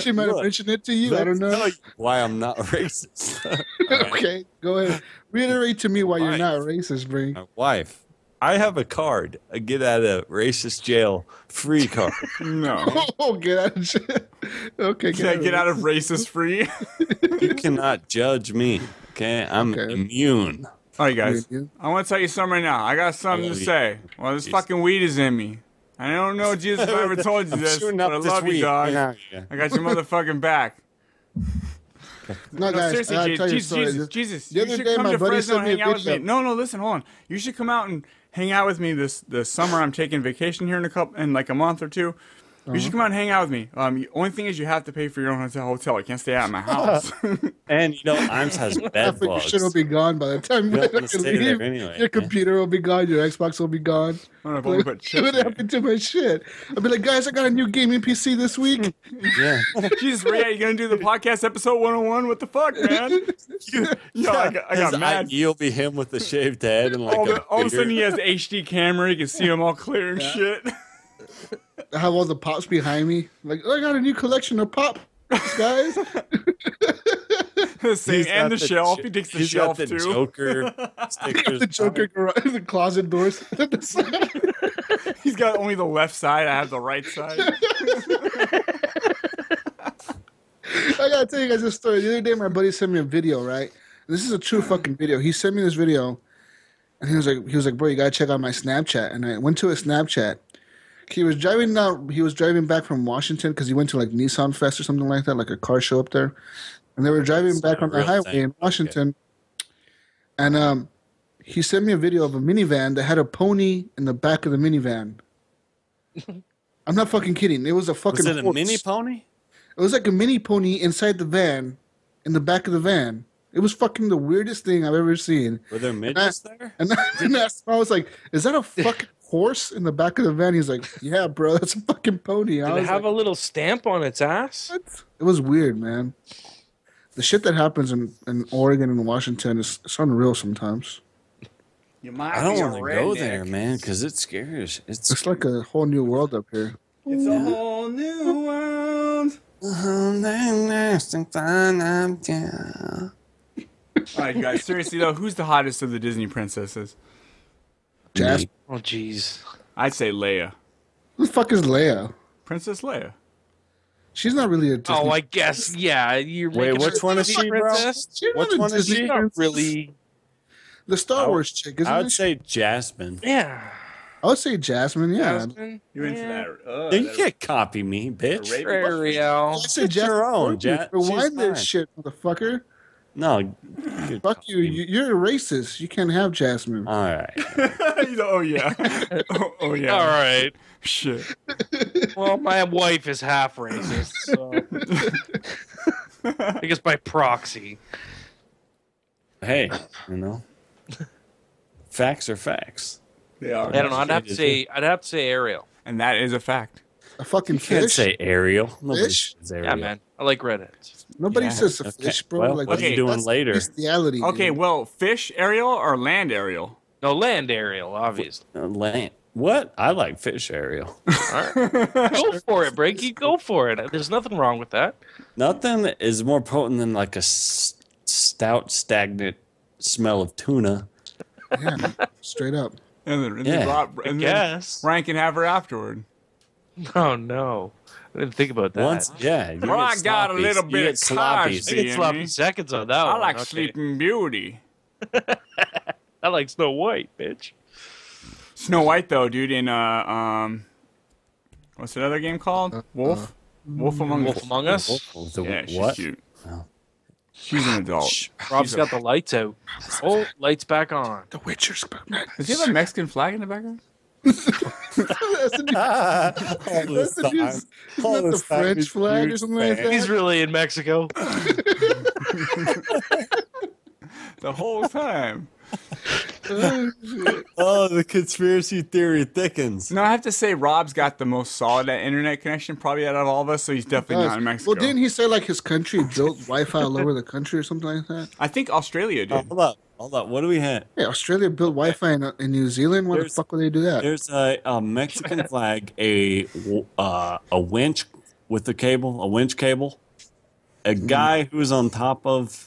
Speaker 6: She might have
Speaker 7: Look,
Speaker 6: mentioned it to you. I don't know.
Speaker 7: That's Why I'm not racist.
Speaker 6: okay, go ahead. Reiterate to me why you're
Speaker 7: Why?
Speaker 6: not racist, Brink.
Speaker 7: my wife. I have a card, a get out of racist jail free card.
Speaker 4: No.
Speaker 6: Oh, get out of jail. Okay,
Speaker 4: Can I get out of racist free?
Speaker 7: you cannot judge me. Okay, I'm
Speaker 6: Okay.
Speaker 7: immune.
Speaker 4: All right, guys.
Speaker 6: Thank you.
Speaker 4: I want to tell you something right now. I got something to
Speaker 7: Holy
Speaker 4: say. Well, this
Speaker 7: Jesus.
Speaker 4: fucking weed is in me. I don't know, Jesus, if I ever told you
Speaker 7: I'm
Speaker 4: this,
Speaker 7: shooting
Speaker 4: but
Speaker 7: up
Speaker 4: I
Speaker 7: this
Speaker 4: love you,
Speaker 7: weed.
Speaker 4: dog.
Speaker 7: Yeah, yeah.
Speaker 4: I got your motherfucking back.
Speaker 6: No,
Speaker 4: No,
Speaker 6: guys,
Speaker 4: seriously,
Speaker 6: I'll
Speaker 4: Je-
Speaker 6: tell you a
Speaker 4: Jesus,
Speaker 6: story.
Speaker 4: Jesus, Jesus,
Speaker 6: The
Speaker 4: you
Speaker 6: other
Speaker 4: should
Speaker 6: day,
Speaker 4: come
Speaker 6: my
Speaker 4: to
Speaker 6: buddy
Speaker 4: Fresno and
Speaker 6: sent me a
Speaker 4: hang out with me.
Speaker 6: video.
Speaker 4: No, no, listen, hold on. You should come out and hang out with me this the summer. I'm taking vacation here in a couple in like a month or two,
Speaker 6: Uh-huh.
Speaker 4: You should come out and hang out with me. Um, the only thing is you have to pay for your own hotel. Hotel. You can't stay out at my house.
Speaker 7: And you know, Arms has
Speaker 6: I
Speaker 7: bed
Speaker 6: think your
Speaker 7: bugs.
Speaker 6: shit will be gone by the time you
Speaker 7: You'll have to
Speaker 6: leave.
Speaker 7: stay there anyway, yeah.
Speaker 6: your computer will be gone. Your Xbox will be gone.
Speaker 4: I don't know if I'm gonna
Speaker 6: Like,
Speaker 4: put chips
Speaker 6: what
Speaker 4: in it.
Speaker 6: happened to my shit? I'll be like, guys, I got a new gaming PC this week.
Speaker 7: Yeah.
Speaker 4: Jesus, Ray, you gonna do the podcast episode 101? What the fuck, man? Yo, I got, I
Speaker 7: His E
Speaker 4: got mad.
Speaker 7: ID will be him with the shaved head and like
Speaker 4: all,
Speaker 7: a
Speaker 4: the, all of a sudden,
Speaker 7: beard.
Speaker 4: he has the HD camera. You can see him all clear and shit.
Speaker 6: I have all the pops behind me. Like, oh, I got a new collection of pop, guys.
Speaker 4: the same,
Speaker 7: He's got
Speaker 4: and the, shelf.
Speaker 7: jo-
Speaker 4: He takes the
Speaker 7: he's
Speaker 4: shelf
Speaker 7: got the
Speaker 4: too.
Speaker 7: Joker stickers.
Speaker 6: the Joker garage, the closet doors.
Speaker 4: He's got only the left side. I have the right side.
Speaker 6: I gotta tell you guys this story. The other day, my buddy sent me a video. Right, this is a true
Speaker 7: Hmm.
Speaker 6: fucking video. He sent me this video, and he was like, he was like, bro, you gotta check out my Snapchat. And I went to his Snapchat. He was driving down. He was driving back from Washington because he went to like Nissan Fest or something like that, like a car show up there. And they were driving
Speaker 7: It's
Speaker 6: back
Speaker 7: not a
Speaker 6: on the
Speaker 7: real
Speaker 6: highway
Speaker 7: thing.
Speaker 6: in Washington, and um, he sent me a video of a minivan that had a pony in the back of the minivan. I'm not fucking kidding. It was a fucking.
Speaker 7: Was it a
Speaker 6: horse.
Speaker 7: mini pony?
Speaker 6: It was like a mini pony inside the van, in the back of the van. It was fucking the weirdest thing I've ever seen.
Speaker 7: Were there midgets there?
Speaker 6: And I, and I I was like, "Is that a fucking horse in the back of the van?" He's like, "Yeah, bro, that's a fucking pony." I
Speaker 5: Did it
Speaker 6: was
Speaker 5: have
Speaker 6: like,
Speaker 5: a little stamp on its ass?
Speaker 6: it was weird, man. The shit that happens in, in Oregon and Washington is it's unreal sometimes.
Speaker 4: You might
Speaker 7: I don't
Speaker 4: be a
Speaker 7: want to go
Speaker 4: redneck.
Speaker 7: there, man, because it's scary. It's
Speaker 6: It's like a whole new world up here.
Speaker 4: It's a whole new world. All right, guys. Seriously though, who's the hottest of the Disney princesses?
Speaker 6: Jasper,
Speaker 5: Oh, jeez.
Speaker 4: I'd say Leia,
Speaker 6: who the fuck is Leia?
Speaker 4: Princess Leia.
Speaker 6: She's not really a Disney.
Speaker 5: Oh, I guess. Yeah. You're
Speaker 7: Wait,
Speaker 5: making
Speaker 7: which
Speaker 5: her
Speaker 7: one is
Speaker 5: Disney
Speaker 7: she, bro?
Speaker 5: princess?
Speaker 6: She's
Speaker 7: Which
Speaker 6: not a
Speaker 7: one is
Speaker 6: Disney
Speaker 7: she?
Speaker 5: Not
Speaker 6: princess.
Speaker 5: really.
Speaker 6: The Star
Speaker 7: I would-
Speaker 6: Wars chick, isn't
Speaker 7: I would
Speaker 6: it?
Speaker 7: say Jasmine.
Speaker 5: Yeah.
Speaker 6: I would say Jasmine. Yeah,
Speaker 5: Jasmine?
Speaker 4: You into
Speaker 5: Yeah.
Speaker 4: that? Uh,
Speaker 7: You can't copy me, bitch.
Speaker 4: Arabia?
Speaker 5: Ariel.
Speaker 6: I say
Speaker 7: It's your own, Jet. She's
Speaker 6: Rewind
Speaker 7: mine.
Speaker 6: this shit, motherfucker.
Speaker 7: No. you're
Speaker 6: Fuck you.
Speaker 7: copying me.
Speaker 6: you you're a racist. You can't have Jasmine.
Speaker 7: All right.
Speaker 4: He's like, oh yeah. Oh, oh, yeah.
Speaker 5: All right.
Speaker 4: Shit.
Speaker 5: Well, my wife is half racist, so I guess by proxy.
Speaker 7: Hey, you know, facts are facts.
Speaker 4: They are.
Speaker 5: I don't know. I'd have to
Speaker 7: Is
Speaker 5: say I'd have to say Ariel.
Speaker 4: And that is a fact.
Speaker 6: a fucking
Speaker 7: You can't
Speaker 6: fish.
Speaker 7: say Ariel. Nobody
Speaker 6: Fish?
Speaker 7: says Ariel.
Speaker 5: Yeah, man. I like Reddit.
Speaker 6: Nobody
Speaker 4: Yeah,
Speaker 6: says a
Speaker 7: okay.
Speaker 6: fish, bro.
Speaker 7: Well,
Speaker 6: like,
Speaker 7: what
Speaker 4: are you
Speaker 6: that's-
Speaker 7: doing
Speaker 6: that's
Speaker 7: later?
Speaker 6: Bestiality.
Speaker 4: Okay,
Speaker 6: dude.
Speaker 4: well, fish aerial or land aerial?
Speaker 5: No land Ariel, obviously.
Speaker 7: Uh, Lan- What? I like fish Ariel.
Speaker 5: All right. go for it, Breaky. Go for it. There's nothing wrong with that.
Speaker 7: Nothing is more potent than like a s- stout, stagnant smell of tuna.
Speaker 6: Yeah, straight up.
Speaker 4: And then, and then
Speaker 7: Yeah,
Speaker 4: Rob,
Speaker 5: I
Speaker 4: and then
Speaker 5: guess.
Speaker 4: Ryan can have her afterward.
Speaker 5: Oh no. I didn't think about that.
Speaker 7: Once, yeah. you
Speaker 4: Well,
Speaker 7: get
Speaker 4: I got a
Speaker 7: sloppies.
Speaker 4: little
Speaker 7: You
Speaker 4: bit
Speaker 7: get
Speaker 4: of
Speaker 7: sloppies.
Speaker 5: I
Speaker 4: Cosby.
Speaker 5: get sloppy seconds on that
Speaker 4: I
Speaker 5: one.
Speaker 4: like
Speaker 5: Oh, Okay.
Speaker 4: Sleeping Beauty.
Speaker 5: I like Snow White, bitch.
Speaker 4: Snow White though, dude, in uh um what's that other game called? Wolf? Wolf Among
Speaker 5: Wolf
Speaker 4: Us.
Speaker 5: Among Us.
Speaker 7: The-
Speaker 4: Yeah, she's
Speaker 7: what?
Speaker 4: cute.
Speaker 7: Oh.
Speaker 4: She's an adult.
Speaker 5: Rob's got the lights out. Oh, lights back on.
Speaker 6: The Witcher's back.
Speaker 4: Does he have a Mexican flag in the background?
Speaker 6: that's the new-
Speaker 7: All
Speaker 6: That's
Speaker 7: this
Speaker 6: the
Speaker 7: time.
Speaker 6: new- isn't
Speaker 7: All
Speaker 6: that the
Speaker 7: this time
Speaker 6: French
Speaker 7: is
Speaker 6: flag
Speaker 7: huge
Speaker 6: or something like
Speaker 7: fan.
Speaker 6: that?
Speaker 5: He's really in Mexico.
Speaker 4: The whole time.
Speaker 7: Oh, the conspiracy theory thickens.
Speaker 4: no, I have to say Rob's got the most solid internet connection probably out of all of us, so he's definitely not in Mexico.
Speaker 6: Well, didn't he say like his country built Wi-Fi all over the country or something like that?
Speaker 4: I think Australia
Speaker 7: Oh,
Speaker 4: did.
Speaker 7: hold up. Hold up. What do we have?
Speaker 6: Yeah, Australia built Wi-Fi in, uh, in New Zealand. Why the
Speaker 7: There's-
Speaker 6: fuck would they do that?
Speaker 7: There's a, a Mexican flag, a w- uh, a winch with a cable, a winch cable, a
Speaker 6: Hmm.
Speaker 7: guy who's on top of.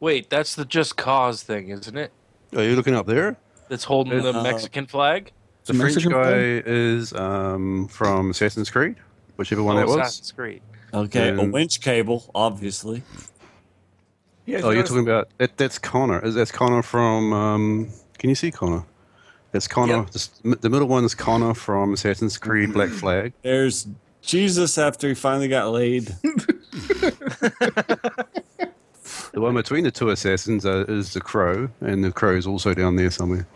Speaker 5: Wait, that's the just cause thing, isn't it?
Speaker 8: Are you looking up there?
Speaker 5: That's holding the
Speaker 7: Uh,
Speaker 5: Mexican flag.
Speaker 8: The French
Speaker 6: Mexican
Speaker 8: guy
Speaker 6: flag?
Speaker 8: is um, from Assassin's Creed, whichever one
Speaker 5: Oh,
Speaker 8: that was.
Speaker 5: Assassin's Creed.
Speaker 7: Okay, a
Speaker 8: And-
Speaker 7: winch cable, obviously.
Speaker 4: You guys
Speaker 8: Oh, you're
Speaker 4: notice-
Speaker 8: talking about that, that's Connor. Is that's Connor from? Um, can you see Connor? That's Connor.
Speaker 4: Yep.
Speaker 8: This- the middle one's Connor from Assassin's Creed Black Flag.
Speaker 7: There's Jesus after he finally got laid.
Speaker 8: The one between the two assassins uh, is the Crow, and the Crow is also down there somewhere.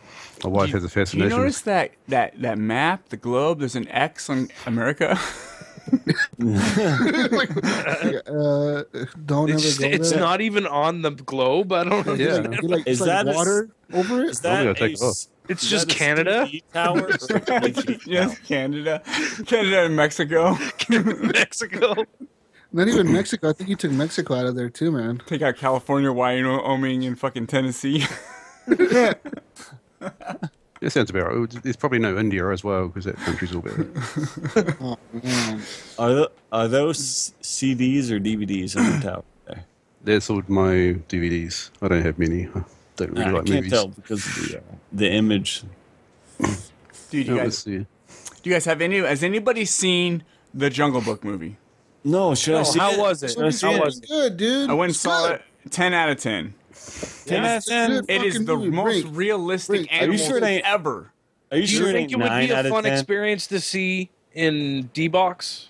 Speaker 8: My wife has a
Speaker 4: Do you
Speaker 8: fascination.
Speaker 4: notice that, that that map, the globe, there's an X on America?
Speaker 6: like, uh, don't ever
Speaker 5: It's,
Speaker 6: go
Speaker 5: it's
Speaker 6: there.
Speaker 5: not even on the globe. I don't know.
Speaker 8: Yeah.
Speaker 6: Like, like, it's
Speaker 7: Is
Speaker 6: like
Speaker 7: that a-
Speaker 6: water over it?
Speaker 7: Is that
Speaker 8: gonna
Speaker 7: a
Speaker 8: take it off.
Speaker 7: s-
Speaker 5: It's
Speaker 7: is
Speaker 5: just
Speaker 7: that a
Speaker 5: Canada,
Speaker 7: CTE tower or a Bluetooth
Speaker 4: Yes, Canada, Canada and Mexico.
Speaker 5: Mexico.
Speaker 6: Not even Mexico. I think you took Mexico out of there too, man.
Speaker 4: Take out California, Wyoming, and fucking Tennessee.
Speaker 8: It sounds about right. There's probably no India as well because that country's all about it.
Speaker 7: Are, th- are those CDs or DVDs on the tower? There?
Speaker 8: That's all my DVDs. I don't have many. I don't really
Speaker 7: I
Speaker 8: like
Speaker 7: can't
Speaker 8: movies.
Speaker 7: tell because of the, uh, the image.
Speaker 4: Dude, you
Speaker 8: That
Speaker 4: guys,
Speaker 8: was, yeah.
Speaker 4: do you guys have any? Has anybody seen the Jungle Book movie?
Speaker 7: No, should I
Speaker 5: Oh,
Speaker 7: see
Speaker 5: how
Speaker 7: it?
Speaker 5: was it?
Speaker 7: Should I see
Speaker 5: How
Speaker 7: it?
Speaker 5: was it?
Speaker 6: Good, dude.
Speaker 4: I went and
Speaker 6: It's
Speaker 4: saw
Speaker 6: good.
Speaker 4: it. Ten out of ten.
Speaker 7: Ten out of ten?
Speaker 6: Good
Speaker 4: It is
Speaker 6: fucking
Speaker 4: the
Speaker 6: movie.
Speaker 4: most
Speaker 6: Great.
Speaker 4: realistic
Speaker 6: Great. Are you
Speaker 4: animal
Speaker 7: sure they-
Speaker 4: ever.
Speaker 7: Are you
Speaker 5: Do
Speaker 7: sure
Speaker 5: you
Speaker 7: it
Speaker 5: think it
Speaker 7: ain't
Speaker 5: would
Speaker 7: nine
Speaker 5: be
Speaker 7: out
Speaker 5: a
Speaker 7: of
Speaker 5: fun
Speaker 7: 10?
Speaker 5: experience to see in D box?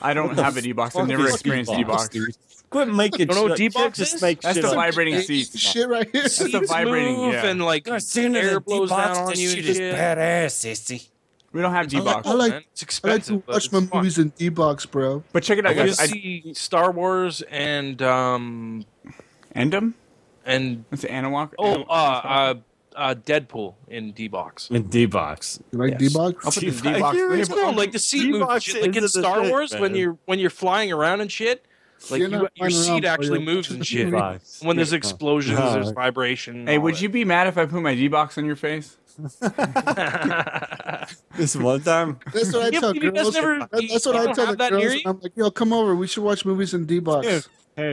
Speaker 4: I don't have a D box. I've never
Speaker 7: Fuck
Speaker 4: experienced D
Speaker 7: D-Box,
Speaker 4: box.
Speaker 7: dude. Quit making.
Speaker 5: Don't know what
Speaker 7: shit-
Speaker 5: D-Box
Speaker 7: just
Speaker 5: is?
Speaker 7: make
Speaker 4: That's
Speaker 7: shit
Speaker 4: the
Speaker 7: up.
Speaker 4: vibrating seats.
Speaker 6: Shit right here.
Speaker 4: It's a vibrating.
Speaker 5: move
Speaker 4: Yeah.
Speaker 5: and like
Speaker 9: As soon as
Speaker 5: air
Speaker 9: it
Speaker 5: blows down
Speaker 9: deboxed,
Speaker 5: on
Speaker 9: this
Speaker 5: you. and
Speaker 9: shit is
Speaker 5: shit.
Speaker 9: badass, sissy.
Speaker 4: We don't have D box.
Speaker 6: I like-
Speaker 5: Man, it's
Speaker 6: I like to
Speaker 5: expensive.
Speaker 6: watch my
Speaker 5: but it's fun.
Speaker 6: movies in D box, bro.
Speaker 4: But check it
Speaker 5: I
Speaker 4: out,
Speaker 5: want to
Speaker 4: guys. I,
Speaker 5: see Star Wars and um
Speaker 4: Endem.
Speaker 5: and
Speaker 4: That's Anawalk.
Speaker 5: oh uh, uh, uh Deadpool in D box.
Speaker 7: In D-Box.
Speaker 6: You like D box?
Speaker 4: I'll put the
Speaker 7: Chief, I
Speaker 4: D box.
Speaker 7: hear it's
Speaker 5: No, like the seat moves,
Speaker 7: D-box
Speaker 5: shit, like in
Speaker 7: is the
Speaker 5: Star
Speaker 7: shit,
Speaker 5: Wars when
Speaker 7: man.
Speaker 5: you're when you're flying around and shit. Like
Speaker 6: You're
Speaker 5: you-
Speaker 6: not
Speaker 5: your
Speaker 6: flying around,
Speaker 5: seat
Speaker 6: are
Speaker 5: actually
Speaker 6: you?
Speaker 5: moves and shit.
Speaker 7: D-Box.
Speaker 5: When there's explosions,
Speaker 7: Yeah.
Speaker 5: there's vibration. and
Speaker 4: Hey,
Speaker 5: all
Speaker 4: would
Speaker 5: that.
Speaker 4: you be mad if I put my D box on your face?
Speaker 7: This one time,
Speaker 6: That's what I
Speaker 5: Yeah,
Speaker 6: tell
Speaker 5: but you guys
Speaker 6: girls.
Speaker 5: never-
Speaker 6: That- that's what
Speaker 5: you
Speaker 6: I
Speaker 5: don't
Speaker 6: tell the
Speaker 5: have that near
Speaker 6: girls.
Speaker 5: you?
Speaker 6: I'm like, yo, come over. We should watch movies in D
Speaker 7: Dude,
Speaker 6: box.
Speaker 7: hey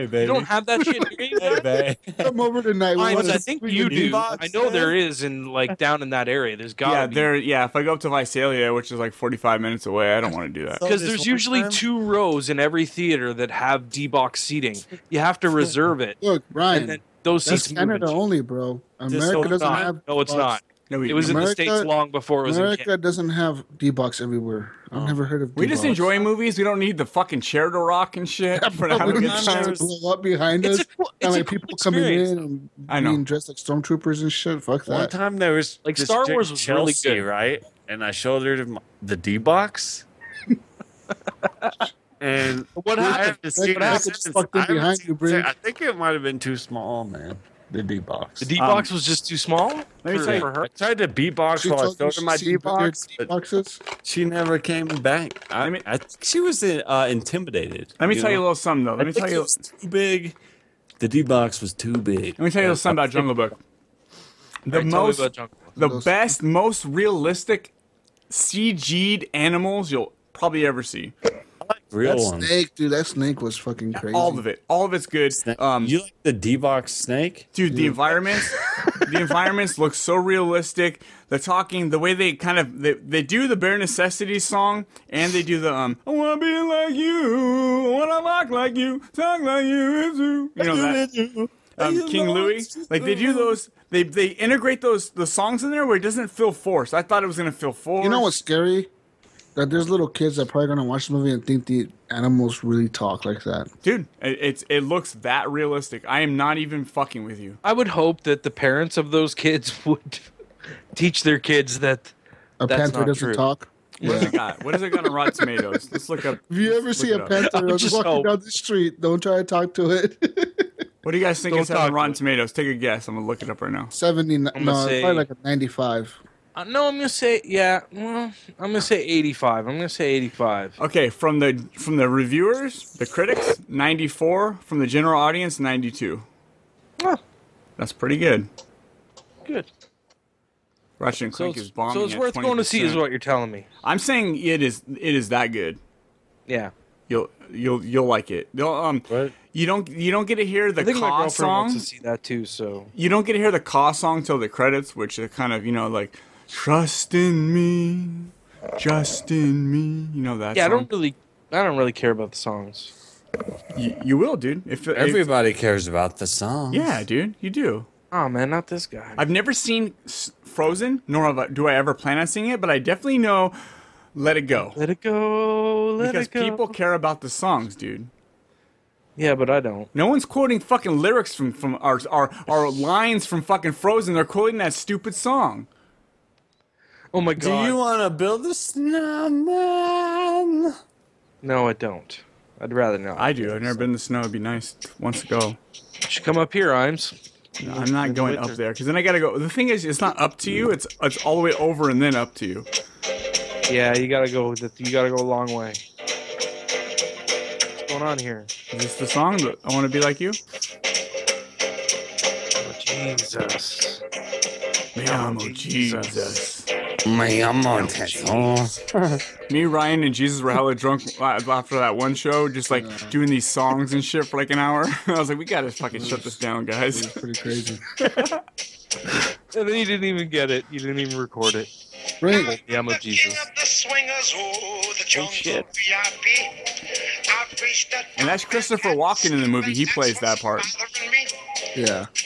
Speaker 5: You
Speaker 7: baby,
Speaker 5: don't have that shit. near you?
Speaker 7: hey baby.
Speaker 6: Come over tonight. We'll
Speaker 5: Mines,
Speaker 6: watch
Speaker 5: I
Speaker 6: a
Speaker 5: think
Speaker 6: movie
Speaker 5: you
Speaker 6: in
Speaker 5: do.
Speaker 6: D-Box.
Speaker 5: I know there is in like down in that area. There's gotta
Speaker 4: yeah,
Speaker 5: be.
Speaker 4: there. Yeah, if I go up to Visalia, which is like 45 minutes away, I don't want to do that.
Speaker 7: So
Speaker 5: because
Speaker 7: this
Speaker 5: there's
Speaker 7: one
Speaker 5: usually
Speaker 7: time-
Speaker 5: two rows in every theater that have D box seating. You have to reserve it.
Speaker 6: Look,
Speaker 5: And
Speaker 6: Ryan.
Speaker 5: then those
Speaker 6: That's
Speaker 5: seats move
Speaker 6: Canada
Speaker 5: and shit.
Speaker 6: only, bro.
Speaker 7: open
Speaker 6: America doesn't
Speaker 7: up.
Speaker 6: have.
Speaker 5: No, it's not.
Speaker 6: D-Box.
Speaker 4: No, we,
Speaker 5: It was in the
Speaker 6: America-
Speaker 5: states long before it was in
Speaker 6: America
Speaker 5: Canada.
Speaker 6: doesn't have D box everywhere. I've never heard of.
Speaker 4: we just
Speaker 6: D-Box.
Speaker 4: enjoy movies. We don't need the fucking chair to rock and shit. For to have a
Speaker 6: Probably
Speaker 4: good
Speaker 6: not
Speaker 4: time.
Speaker 6: gonna blow up behind
Speaker 5: It's
Speaker 6: us.
Speaker 5: a cool,
Speaker 6: and
Speaker 5: it's a
Speaker 6: like
Speaker 5: cool
Speaker 6: people
Speaker 5: experience.
Speaker 6: coming in
Speaker 4: I
Speaker 6: and
Speaker 4: know.
Speaker 6: being dressed like stormtroopers and shit. Fuck
Speaker 7: One
Speaker 4: Uh,
Speaker 6: that.
Speaker 7: time there was
Speaker 5: Like,
Speaker 7: this
Speaker 5: Star
Speaker 7: chick,
Speaker 5: Wars was really
Speaker 7: Chelsea,
Speaker 5: good.
Speaker 7: right? And I showed her the- the D box. and
Speaker 5: What
Speaker 7: I
Speaker 5: happened?
Speaker 7: haven't seen
Speaker 6: What happened?
Speaker 7: it
Speaker 6: Just
Speaker 7: since.
Speaker 6: fucked in
Speaker 7: I haven't
Speaker 6: behind
Speaker 7: seen
Speaker 6: you,
Speaker 7: it since.
Speaker 6: Briggs.
Speaker 7: I think it might have been too small, man. The D box.
Speaker 5: The D box was just too small
Speaker 4: Let me
Speaker 5: for,
Speaker 4: tell you-
Speaker 5: for her.
Speaker 7: I tried to beatbox
Speaker 6: She
Speaker 7: while I
Speaker 6: told me
Speaker 7: showed her my
Speaker 6: she's seen
Speaker 7: D box,
Speaker 6: bigger
Speaker 7: but
Speaker 6: D-boxes.
Speaker 7: she never came back. I,
Speaker 4: Let me-
Speaker 7: I think she was uh, intimidated.
Speaker 4: Let me tell you a
Speaker 7: know?
Speaker 4: little something though. Let
Speaker 7: I
Speaker 4: me
Speaker 7: think
Speaker 4: tell
Speaker 7: it
Speaker 4: you.
Speaker 7: was too big. The D box was too big.
Speaker 4: Let me tell you something about Jungle Book. The
Speaker 5: Alright, tell me
Speaker 4: most,
Speaker 5: about Jungle Book.
Speaker 4: the best, most realistic CG'd animals you'll probably ever see.
Speaker 7: Real
Speaker 6: That
Speaker 7: ones.
Speaker 6: snake, dude. That snake was fucking crazy.
Speaker 4: All of it. All of it's good.
Speaker 7: Sna-
Speaker 4: Um,
Speaker 7: you like the D box snake?
Speaker 4: dude, the environments, the environments look so realistic. The talking, the way they kind of they, they do the bare necessities song, and they do the um, I wanna be like you, I wanna walk like you, talk like you, it's you. You know that. um, King Louis. Like they do those. They they integrate those the songs in there where it doesn't feel forced. I thought it was gonna feel forced.
Speaker 6: You know what's scary? That there's little kids that probably gonna watch the movie and think the animals really talk like that.
Speaker 4: dude? It, it's it looks that realistic. I am not even fucking with you.
Speaker 5: I would hope that the parents of those kids would teach their kids that
Speaker 6: A
Speaker 5: That's
Speaker 6: panther
Speaker 5: not
Speaker 6: doesn't
Speaker 5: true.
Speaker 6: talk.
Speaker 4: What does
Speaker 6: Yeah.
Speaker 4: it got? What does it got on Rotten Tomatoes? Let's look up.
Speaker 6: If you ever see a
Speaker 4: look it up.
Speaker 6: panther that's
Speaker 5: just
Speaker 6: walking
Speaker 5: hope.
Speaker 6: down the street, don't try to talk to it.
Speaker 4: What do you guys think
Speaker 5: Don't
Speaker 4: it's got
Speaker 5: talk
Speaker 4: on
Speaker 5: to
Speaker 4: Rotten
Speaker 5: it.
Speaker 4: Tomatoes? Take a guess. I'm gonna look it up right now.
Speaker 6: Seventy, no,
Speaker 5: I'm gonna say-
Speaker 6: probably like a ninety-five.
Speaker 5: Uh, no, I'm gonna say yeah. Well, I'm gonna say 85. I'm gonna say 85.
Speaker 4: Okay, from the from the reviewers, the critics, 94. From the general audience, 92.
Speaker 5: Huh.
Speaker 4: That's pretty good.
Speaker 5: Good.
Speaker 4: Ratchet and
Speaker 5: So
Speaker 4: Clank
Speaker 5: it's,
Speaker 4: is bombing.
Speaker 5: so it's
Speaker 4: at
Speaker 5: worth going to see, is
Speaker 4: 20%.
Speaker 5: what you're telling me.
Speaker 4: I'm saying it is. It is that good.
Speaker 5: Yeah.
Speaker 4: You'll you'll you'll like it. You'll, um,
Speaker 7: What?
Speaker 4: you don't you don't get to hear the
Speaker 5: I think my
Speaker 4: Ka
Speaker 5: girlfriend wants
Speaker 4: song.
Speaker 5: to see that too. So
Speaker 4: You don't get to hear the Ka song till the credits, which are kind of you know like trust in me, just in me. You know that.
Speaker 5: yeah, I
Speaker 4: song.
Speaker 5: don't really, I don't really care about the songs.
Speaker 4: You, you will, dude. If, if-
Speaker 7: Everybody cares about the song.
Speaker 4: yeah, dude, you do.
Speaker 5: Oh man, not this guy.
Speaker 4: I've never seen S- Frozen, nor have I- do I ever plan on seeing it, but I definitely know Let It Go
Speaker 5: let it go, let
Speaker 4: because
Speaker 5: it go.
Speaker 4: people care about the songs, dude.
Speaker 5: yeah, but I don't.
Speaker 4: No one's quoting fucking lyrics from from our our, our lines from fucking Frozen. They're quoting that stupid song.
Speaker 5: Oh my
Speaker 7: Do
Speaker 5: god.
Speaker 7: you want to build a snowman?
Speaker 5: No, I don't. I'd rather not.
Speaker 4: I do. I've never been in the snow. It'd be nice once to go.
Speaker 5: You should come up here, Imes.
Speaker 4: No, I'm not going up there because then I gotta go. The thing is, it's not up to you. It's it's all the way over and then up to you.
Speaker 5: Yeah, you gotta go. with it. You gotta go a long way. What's going on here?
Speaker 4: Is this the song? that I want to be like you.
Speaker 5: Oh, Jesus.
Speaker 4: Me amo Jesus.
Speaker 9: Me amor, Jesus.
Speaker 4: Me, Ryan, and Jesus were hella drunk after that one show, just like doing these songs and shit for like an hour. I was like, we gotta fucking shut this down, guys.
Speaker 6: It's pretty crazy.
Speaker 5: And then you didn't even get it. You didn't even record it.
Speaker 6: Right.
Speaker 5: Yeah, I'm a Jesus.
Speaker 9: Oh, shit.
Speaker 4: And that's Christopher Walken in the movie. He plays that part.
Speaker 9: I
Speaker 6: Yeah.
Speaker 9: want to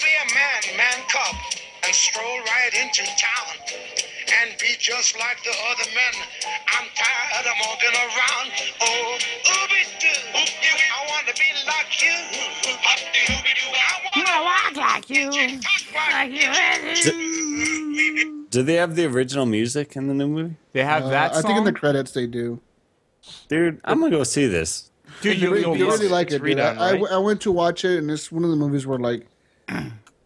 Speaker 9: be a man, man cub, and stroll right into town and be just like the other men. I'm tired of walking around. Oh, ooby doo. I want to be like you. I walk like you. Like you.
Speaker 7: Do they have the original music in the new movie?
Speaker 4: They have
Speaker 6: Uh,
Speaker 4: that
Speaker 6: I
Speaker 4: song.
Speaker 6: think in the credits they do.
Speaker 7: Dude, I'm gonna go see this.
Speaker 4: Dude,
Speaker 6: You,
Speaker 4: you, you'll
Speaker 6: you
Speaker 4: love
Speaker 6: really
Speaker 4: it.
Speaker 6: like it,
Speaker 5: It's
Speaker 6: dude.
Speaker 5: redone,
Speaker 6: I, I,
Speaker 5: right?
Speaker 6: I went to watch it, and it's one of the movies where like I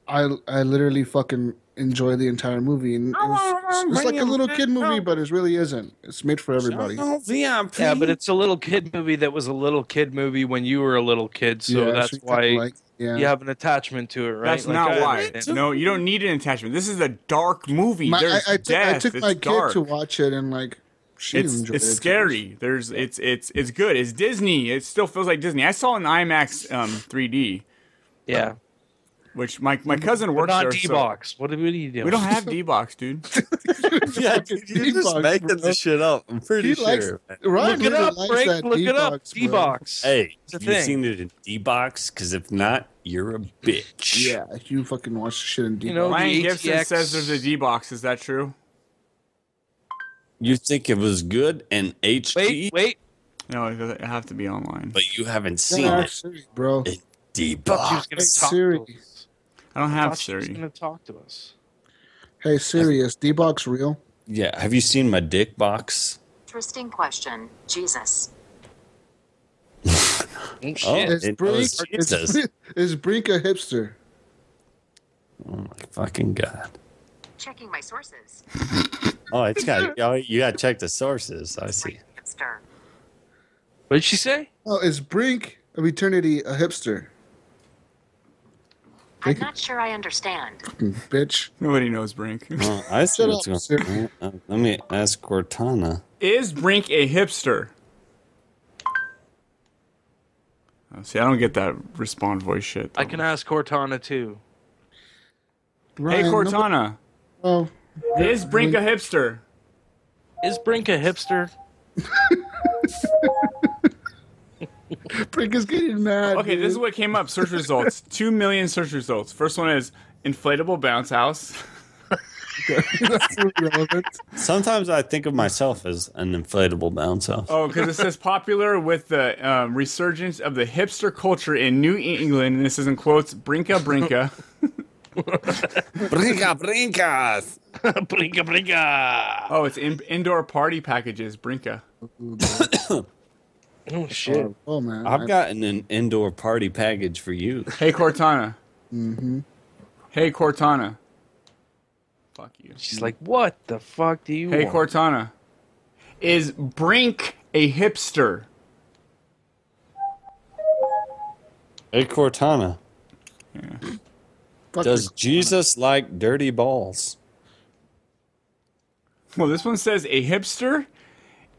Speaker 6: I literally fucking enjoy the entire movie, and it's, it's like a little kid movie, but it really isn't. It's made for everybody.
Speaker 7: Oh, VIP.
Speaker 5: Yeah, but it's a little kid movie that was a little kid movie when you were a little kid, so
Speaker 6: Yeah,
Speaker 5: that's
Speaker 6: we kinda
Speaker 5: why
Speaker 6: like- yeah.
Speaker 5: you have an attachment to it, right?
Speaker 4: That's
Speaker 5: Like,
Speaker 4: not
Speaker 5: I
Speaker 4: why.
Speaker 5: understand.
Speaker 4: No, you don't need an attachment. This is a dark movie.
Speaker 6: My,
Speaker 4: There's
Speaker 6: I, I took,
Speaker 4: death.
Speaker 6: I took
Speaker 4: it's
Speaker 6: my
Speaker 4: dark.
Speaker 6: kid to watch it, and like she
Speaker 4: it's
Speaker 6: enjoyed
Speaker 4: it's
Speaker 6: it.
Speaker 4: scary. There's it's it's it's good. It's Disney. It still feels like Disney. I saw it in IMAX um, 3D,
Speaker 5: Yeah.
Speaker 4: which my my cousin
Speaker 5: We're
Speaker 4: works
Speaker 5: not
Speaker 4: there. so-
Speaker 5: D box. What, are- what are you doing?
Speaker 4: we don't have D box, dude.
Speaker 7: yeah, dude, you're just
Speaker 6: D-box,
Speaker 7: making
Speaker 6: bro.
Speaker 7: this shit up. I'm pretty
Speaker 6: He
Speaker 7: sure.
Speaker 6: likes-
Speaker 5: Look
Speaker 6: Ryan
Speaker 5: it
Speaker 6: really
Speaker 5: up,
Speaker 6: likes
Speaker 5: Frank.
Speaker 6: that
Speaker 5: Look it up.
Speaker 6: D-box, bro.
Speaker 5: D box.
Speaker 7: Hey,
Speaker 5: It's a
Speaker 7: you
Speaker 5: thing.
Speaker 7: seen it in D box? Because if not, you're a bitch.
Speaker 6: Yeah, you fucking watch the shit in D
Speaker 5: You know,
Speaker 6: box.
Speaker 4: Ryan
Speaker 5: the
Speaker 4: Gibson
Speaker 5: ATX
Speaker 4: says there's a D box. Is that true?
Speaker 7: You think it was good and HD,
Speaker 5: Wait, wait.
Speaker 4: No, it doesn't have to be online.
Speaker 7: but you haven't seen
Speaker 6: Yeah,
Speaker 7: it
Speaker 6: Siri, bro.
Speaker 7: in D
Speaker 5: Thought she was
Speaker 7: box.
Speaker 5: gonna
Speaker 6: Hey,
Speaker 5: talk
Speaker 6: Siri.
Speaker 5: to us.
Speaker 4: I don't
Speaker 5: Thought
Speaker 4: have
Speaker 5: she was
Speaker 4: Siri.
Speaker 5: gonna talk to us.
Speaker 6: Hey Siri, is D box real?
Speaker 7: Yeah, have you seen my dick box?
Speaker 10: Interesting question, Jesus.
Speaker 7: Oh,
Speaker 5: Shit.
Speaker 6: Is
Speaker 7: it
Speaker 6: Brink,
Speaker 7: knows Jesus.
Speaker 6: is, is Brink a hipster?
Speaker 7: Oh my fucking god!
Speaker 10: Checking my sources.
Speaker 7: Oh, it's got oh, you got to check the sources. I see.
Speaker 10: Hamster.
Speaker 5: What did she say?
Speaker 6: Oh, is Brink of Eternity a hipster?
Speaker 10: I'm not sure I understand.
Speaker 6: Bitch.
Speaker 4: Nobody knows Brink.
Speaker 7: Oh, I see
Speaker 6: Shut
Speaker 7: what's
Speaker 6: up,
Speaker 7: going on. Uh, Let me ask Cortana.
Speaker 4: Is Brink a hipster? Oh, see, I don't get that respond voice shit.
Speaker 5: I can ask Cortana too.
Speaker 4: Hey
Speaker 6: Ryan, nobody-
Speaker 4: Cortana,
Speaker 6: Oh,
Speaker 4: is Brink a hipster?
Speaker 5: Is Brink a hipster?
Speaker 6: Brink is getting mad.
Speaker 4: Okay, this is what came up. Search results. Two million search results. First one is inflatable bounce house.
Speaker 6: That's irrelevant.
Speaker 7: Sometimes I think of myself as an inflatable bounce house.
Speaker 4: Oh, because it says popular with the um, resurgence of the hipster culture in New England. And this is in quotes, Brinka Brinka.
Speaker 7: Brinca, brincas.
Speaker 5: brinka brinka.
Speaker 4: Oh, it's in- indoor party packages, Brinka.
Speaker 5: Oh shit.
Speaker 7: Um,
Speaker 6: Oh man,
Speaker 7: I've gotten an indoor party package for you.
Speaker 4: Hey Cortana. Mm-hmm. Hey Cortana. Fuck you.
Speaker 5: She's like, what the fuck do you
Speaker 4: Hey
Speaker 5: want?
Speaker 4: Cortana. Is Brink a hipster?
Speaker 7: Hey Cortana,
Speaker 6: Fuck
Speaker 7: does
Speaker 6: Brink.
Speaker 7: Jesus like dirty balls?
Speaker 4: Well, this one says a hipster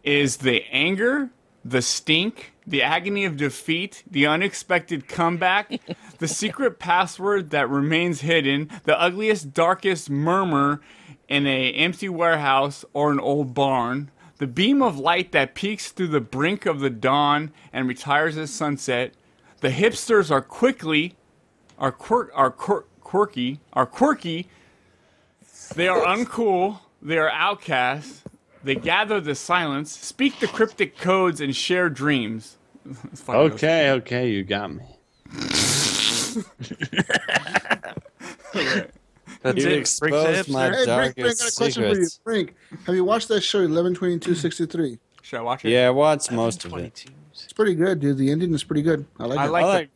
Speaker 4: is the anger, the stink, the agony of defeat, the unexpected comeback, the secret password that remains hidden, the ugliest, darkest murmur in a empty warehouse or an old barn, the beam of light that peeks through the brink of the dawn and retires at sunset. The hipsters are quickly are quirk are quirk, quirky are quirky they are uncool. They are outcasts. They gather the silence, speak the cryptic codes, and share dreams. It's fucking
Speaker 7: Okay, okay, you got me.
Speaker 5: That's it.
Speaker 7: You
Speaker 5: Brink's a
Speaker 7: exposed
Speaker 5: hipster.
Speaker 7: my-
Speaker 6: Hey Brink, Brink, I got a
Speaker 7: darkest
Speaker 6: question for you.
Speaker 7: secrets.
Speaker 6: Brink, have you watched that show Eleven Twenty Two Sixty Three?
Speaker 4: Should I watch it?
Speaker 7: Yeah, I watched most of it.
Speaker 5: 22.
Speaker 6: It's pretty good, dude. The ending is pretty good. I like.
Speaker 4: I
Speaker 6: it.
Speaker 4: like
Speaker 7: I
Speaker 4: the-
Speaker 7: like,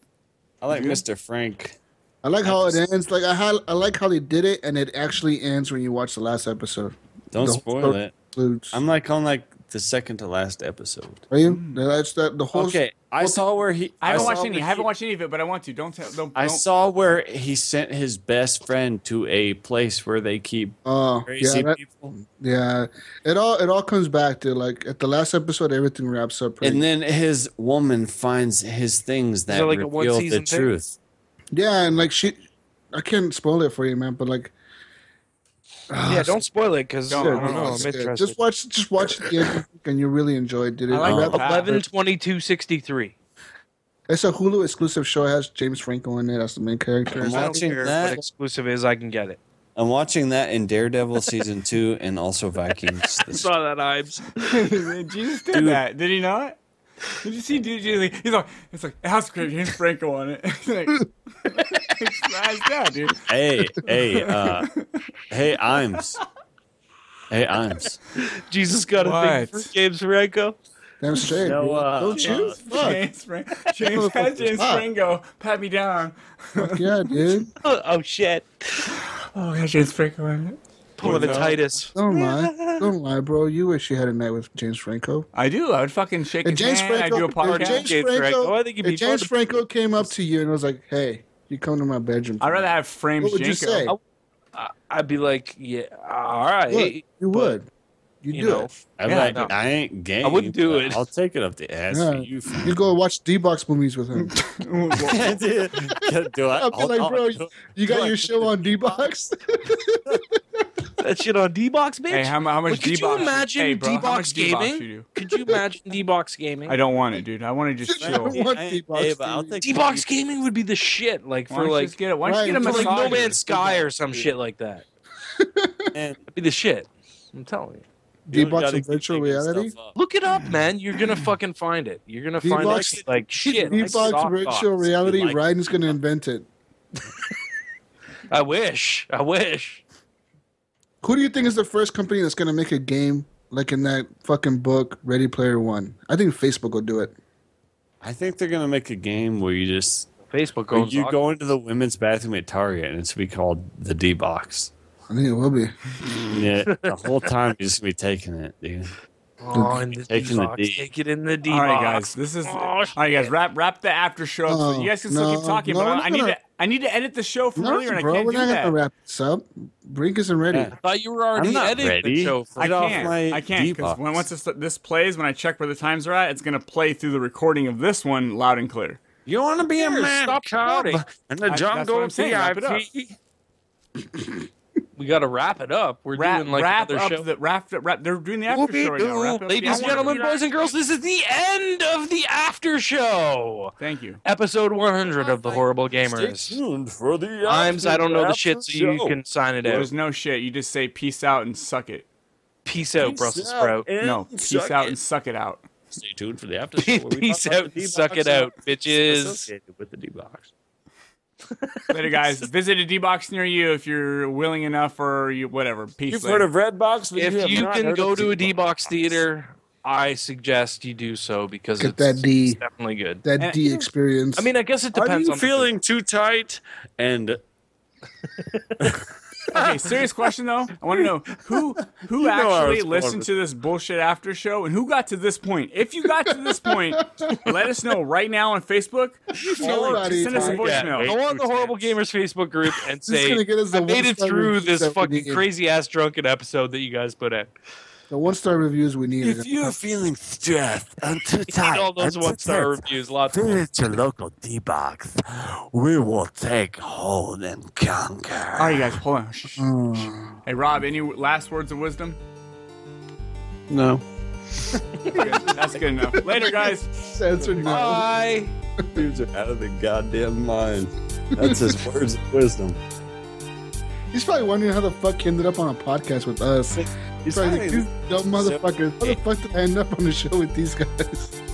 Speaker 7: I like Mr. Frank.
Speaker 6: I like how it ends. Like I had, I like how they did it, and it actually ends when you watch the last episode.
Speaker 7: Don't
Speaker 6: The whole
Speaker 7: spoil
Speaker 6: story
Speaker 7: it.
Speaker 6: concludes.
Speaker 7: I'm like on like the second to last episode.
Speaker 6: Are you?
Speaker 4: Hmm.
Speaker 6: That's that. The whole.
Speaker 7: Okay, I saw where he.
Speaker 4: I haven't watched
Speaker 7: saw
Speaker 4: any.
Speaker 7: where
Speaker 4: I
Speaker 7: he-
Speaker 4: haven't watched any of it, but I want to. Don't tell. Don't.
Speaker 7: I
Speaker 4: don't-
Speaker 7: saw where he sent his best friend to a place where they keep
Speaker 6: Oh,
Speaker 7: crazy
Speaker 6: yeah, that,
Speaker 7: people,
Speaker 6: yeah. It all, it all comes back to like at the last episode, everything wraps up. pretty-
Speaker 7: and then his woman finds his things that
Speaker 5: that like a
Speaker 7: reveal the
Speaker 5: one-season thing?
Speaker 7: truth.
Speaker 6: yeah, and like she, I can't spoil it for you, man. But like,
Speaker 5: Yeah, don't spoil it because I
Speaker 4: Don't,
Speaker 5: don't
Speaker 4: don't,
Speaker 5: know.
Speaker 4: don't.
Speaker 5: I'm
Speaker 4: It's
Speaker 6: yeah,
Speaker 5: interested.
Speaker 6: just watch, just watch it again, and you really enjoy it. Did it?
Speaker 4: I like
Speaker 5: um,
Speaker 6: wraps
Speaker 4: the
Speaker 6: up-
Speaker 4: path.
Speaker 5: 11 22 63.
Speaker 6: It's a Hulu exclusive show. It has James Franco in it as the main character.
Speaker 7: I'm
Speaker 5: I don't
Speaker 7: watching
Speaker 5: care
Speaker 7: that.
Speaker 5: what exclusive is. I can get it.
Speaker 7: I'm watching that in Daredevil season two and also Vikings.
Speaker 5: I saw that, Ives.
Speaker 4: Jesus did that. Did he not? Did you see dude? He's like, he's like, it's like, it has James Franco on it. It's like, it's nice down, dude.
Speaker 7: hey, hey, uh, hey, Imes. Hey, Imes.
Speaker 5: Jesus got a thing
Speaker 4: What?
Speaker 5: for James Franco.
Speaker 6: Damn straight.
Speaker 7: No,
Speaker 6: bro.
Speaker 7: uh,
Speaker 6: don't you? Fuck.
Speaker 4: James, Fran- James, has James
Speaker 6: Fuck.
Speaker 4: Franco pat me down.
Speaker 6: Yeah, dude.
Speaker 5: Oh, oh, shit.
Speaker 4: Oh, yeah, James Franco on it.
Speaker 5: Pulling a
Speaker 4: What's up?
Speaker 5: Titus.
Speaker 6: Don't lie. Don't lie, bro. You wish you had a night with James Franco.
Speaker 4: I do. I would fucking shake
Speaker 6: If
Speaker 4: his
Speaker 6: James
Speaker 4: hand. I do
Speaker 6: Franco,
Speaker 4: a podcast. Oh,
Speaker 6: if James
Speaker 5: James
Speaker 6: Franco,
Speaker 5: Franco, I think he'd
Speaker 6: if
Speaker 5: be
Speaker 6: James
Speaker 5: fun to-
Speaker 6: Franco came up to you and was like, "Hey, you come to my bedroom."
Speaker 4: I'd rather have frames.
Speaker 6: What would you
Speaker 4: Jenko.
Speaker 6: say?
Speaker 5: I- I'd be like, yeah, all right.
Speaker 6: Look, you would. You,
Speaker 5: you
Speaker 6: do
Speaker 5: know,
Speaker 6: it.
Speaker 7: I'm
Speaker 4: Yeah,
Speaker 7: like,
Speaker 5: no.
Speaker 7: I ain't game.
Speaker 5: I wouldn't do
Speaker 7: but
Speaker 5: it.
Speaker 7: I'll take it up the ass
Speaker 6: Yeah.
Speaker 7: for you.
Speaker 6: You go watch D box movies with him.
Speaker 7: do I?
Speaker 6: I'll be
Speaker 7: I'll-
Speaker 6: like,
Speaker 7: I'll-
Speaker 6: bro, you got
Speaker 7: Look.
Speaker 6: your show on D box.
Speaker 5: That shit on D Box, bitch.
Speaker 4: Hey, how, mu- how much
Speaker 5: Well, could
Speaker 4: D-box?
Speaker 5: you imagine
Speaker 4: hey, bro, how
Speaker 5: D-Box
Speaker 4: much D-box
Speaker 5: gaming?
Speaker 4: you do?
Speaker 5: Could you imagine D Box gaming?
Speaker 4: I don't want it, dude. I want to just
Speaker 6: I don't
Speaker 4: chill.
Speaker 6: want
Speaker 7: I-
Speaker 6: D-Box
Speaker 7: hey, but I'll
Speaker 6: TV.
Speaker 7: take
Speaker 5: D Box gaming would be the shit. Like
Speaker 4: Why
Speaker 5: for
Speaker 4: don't you
Speaker 5: like,
Speaker 4: just get it? Why don't you get a
Speaker 6: Right,
Speaker 5: for
Speaker 4: massage?
Speaker 5: like No Man's Sky or some shit like that.
Speaker 7: man.
Speaker 5: That'd be the shit. I'm telling you.
Speaker 6: D
Speaker 7: You
Speaker 6: box
Speaker 7: gotta
Speaker 6: and
Speaker 7: keep
Speaker 6: virtual
Speaker 7: making stuff
Speaker 6: reality.
Speaker 7: up.
Speaker 5: Look it up, man. You're gonna fucking find it. You're gonna find
Speaker 6: D-Box-
Speaker 5: it. Like shit.
Speaker 6: D
Speaker 5: like
Speaker 6: box
Speaker 5: soft
Speaker 6: virtual
Speaker 5: box.
Speaker 6: reality.
Speaker 7: like-
Speaker 6: Ryan's gonna invent it.
Speaker 5: I wish. I wish.
Speaker 6: Who do you think is the first company that's gonna make a game like in that fucking book, Ready Player One? I think Facebook will do it.
Speaker 7: I think they're gonna make a game where you just
Speaker 5: Facebook
Speaker 7: where
Speaker 5: goes.
Speaker 7: you go into the women's bathroom at Target and it's gonna be called the D box.
Speaker 6: I think it will be.
Speaker 7: Yeah, the whole time you're just gonna be taking it, dude.
Speaker 5: oh, in the
Speaker 7: Taking the
Speaker 5: D-box.
Speaker 7: D.
Speaker 5: Take it in the D
Speaker 4: All
Speaker 5: box. Oh,
Speaker 4: right, guys. This is all right, guys. Wrap wrap the after show. up. so
Speaker 6: No,
Speaker 4: you guys can still keep
Speaker 6: Oh, no,
Speaker 4: talking,
Speaker 6: no,
Speaker 4: but
Speaker 6: we're
Speaker 4: I,
Speaker 6: not
Speaker 4: I need
Speaker 6: gonna-
Speaker 4: to I need to edit the show from
Speaker 6: No,
Speaker 4: earlier, and
Speaker 6: bro,
Speaker 4: I can't
Speaker 6: we're
Speaker 4: do
Speaker 6: not
Speaker 4: that.
Speaker 6: gonna wrap this up. Brink isn't ready.
Speaker 7: Yeah.
Speaker 5: thought you were already
Speaker 7: I'm not
Speaker 5: editing
Speaker 7: ready.
Speaker 5: the show. For
Speaker 4: I
Speaker 7: Get off
Speaker 4: can't.
Speaker 7: my
Speaker 4: I can't because
Speaker 7: D-box.
Speaker 4: when once this, this plays, when I check where the times are at, it's gonna play through the recording of this one loud and clear.
Speaker 7: You want to be a
Speaker 5: Here,
Speaker 7: man?
Speaker 5: stop
Speaker 7: cub
Speaker 5: shouting.
Speaker 7: In the
Speaker 4: I- that's
Speaker 7: jungle,
Speaker 4: what I'm saying, wrap it up.
Speaker 7: VIP.
Speaker 5: we got to wrap it up. We're
Speaker 4: Wrap
Speaker 5: doing like
Speaker 4: wrap
Speaker 5: another
Speaker 4: up
Speaker 5: show.
Speaker 4: the wrap the- wrap. They're doing the after show right now. Wrap it up the
Speaker 5: Ladies and
Speaker 4: after
Speaker 5: gentlemen,
Speaker 4: show.
Speaker 5: boys and girls, this is the end of the after show.
Speaker 4: Thank you.
Speaker 5: Episode 100 of The Horrible
Speaker 7: Stay
Speaker 5: Gamers.
Speaker 7: tuned for the
Speaker 5: Times, I don't know the shit, so
Speaker 7: after
Speaker 5: you
Speaker 7: show.
Speaker 5: can sign it out.
Speaker 4: There's no shit. You just say peace out and suck it.
Speaker 5: Peace out,
Speaker 7: Peace
Speaker 5: Brussels
Speaker 7: out
Speaker 5: sprout.
Speaker 7: and
Speaker 4: No, peace
Speaker 7: suck
Speaker 4: out
Speaker 7: it.
Speaker 4: and suck it out.
Speaker 7: Stay tuned for the after show. where we
Speaker 5: Peace
Speaker 7: talk about
Speaker 5: out
Speaker 7: the
Speaker 5: and suck it
Speaker 7: D-box
Speaker 5: out, bitches.
Speaker 7: associated With the D box.
Speaker 4: Later, guys. Visit a D box near you if you're willing enough or you whatever. Peace.
Speaker 7: You've
Speaker 4: later.
Speaker 7: heard of Red Box, but you,
Speaker 5: If
Speaker 7: have
Speaker 5: you
Speaker 7: not
Speaker 5: can
Speaker 7: heard
Speaker 5: go
Speaker 7: of
Speaker 5: to a D-Box
Speaker 7: D-box.
Speaker 5: theater, I suggest you do so because
Speaker 6: Get
Speaker 5: it's,
Speaker 6: that D.
Speaker 5: it's definitely good.
Speaker 6: That
Speaker 4: And-
Speaker 6: D experience.
Speaker 5: I mean, I guess it
Speaker 7: Are
Speaker 5: depends
Speaker 7: you
Speaker 5: on
Speaker 7: feeling too tight? And
Speaker 4: Okay, serious question though. I want to know who who
Speaker 7: You know I
Speaker 4: actually
Speaker 7: was born
Speaker 4: listened
Speaker 7: with
Speaker 4: to this bullshit after show and who got to this point. If you got to this point, let us know right now on Facebook. Or
Speaker 6: Somebody
Speaker 4: send us a
Speaker 6: typed-
Speaker 5: the
Speaker 4: voicemail.
Speaker 5: Go on the Horrible Gamers Facebook group and
Speaker 6: This is
Speaker 5: say,
Speaker 6: gonna get us the
Speaker 5: I made it
Speaker 6: one-star
Speaker 5: through
Speaker 6: reviews
Speaker 5: this
Speaker 6: that we
Speaker 5: fucking
Speaker 6: needed.
Speaker 5: crazy ass drunken episode that you guys put out.
Speaker 6: The one star reviews we needed.
Speaker 7: if you're feeling stressed and too tight,
Speaker 5: Need all those
Speaker 7: and
Speaker 5: one star
Speaker 7: too tense,
Speaker 5: reviews, lots of them.
Speaker 7: visit your local D box. We will take hold and conquer.
Speaker 4: All right, guys, hold on. Shh, shh, shh. Hey, Rob, any last words of wisdom?
Speaker 8: No.
Speaker 4: Good. That's good enough. Later, guys.
Speaker 6: Censored now.
Speaker 5: Bye.
Speaker 7: dudes are out of their goddamn mind. That's his words of wisdom.
Speaker 6: He's probably wondering how the fuck he ended up on a podcast with us. He's probably like,
Speaker 7: probably-
Speaker 6: these dumb motherfuckers. How the
Speaker 7: Yeah.
Speaker 6: fuck did I end up on the show with these guys?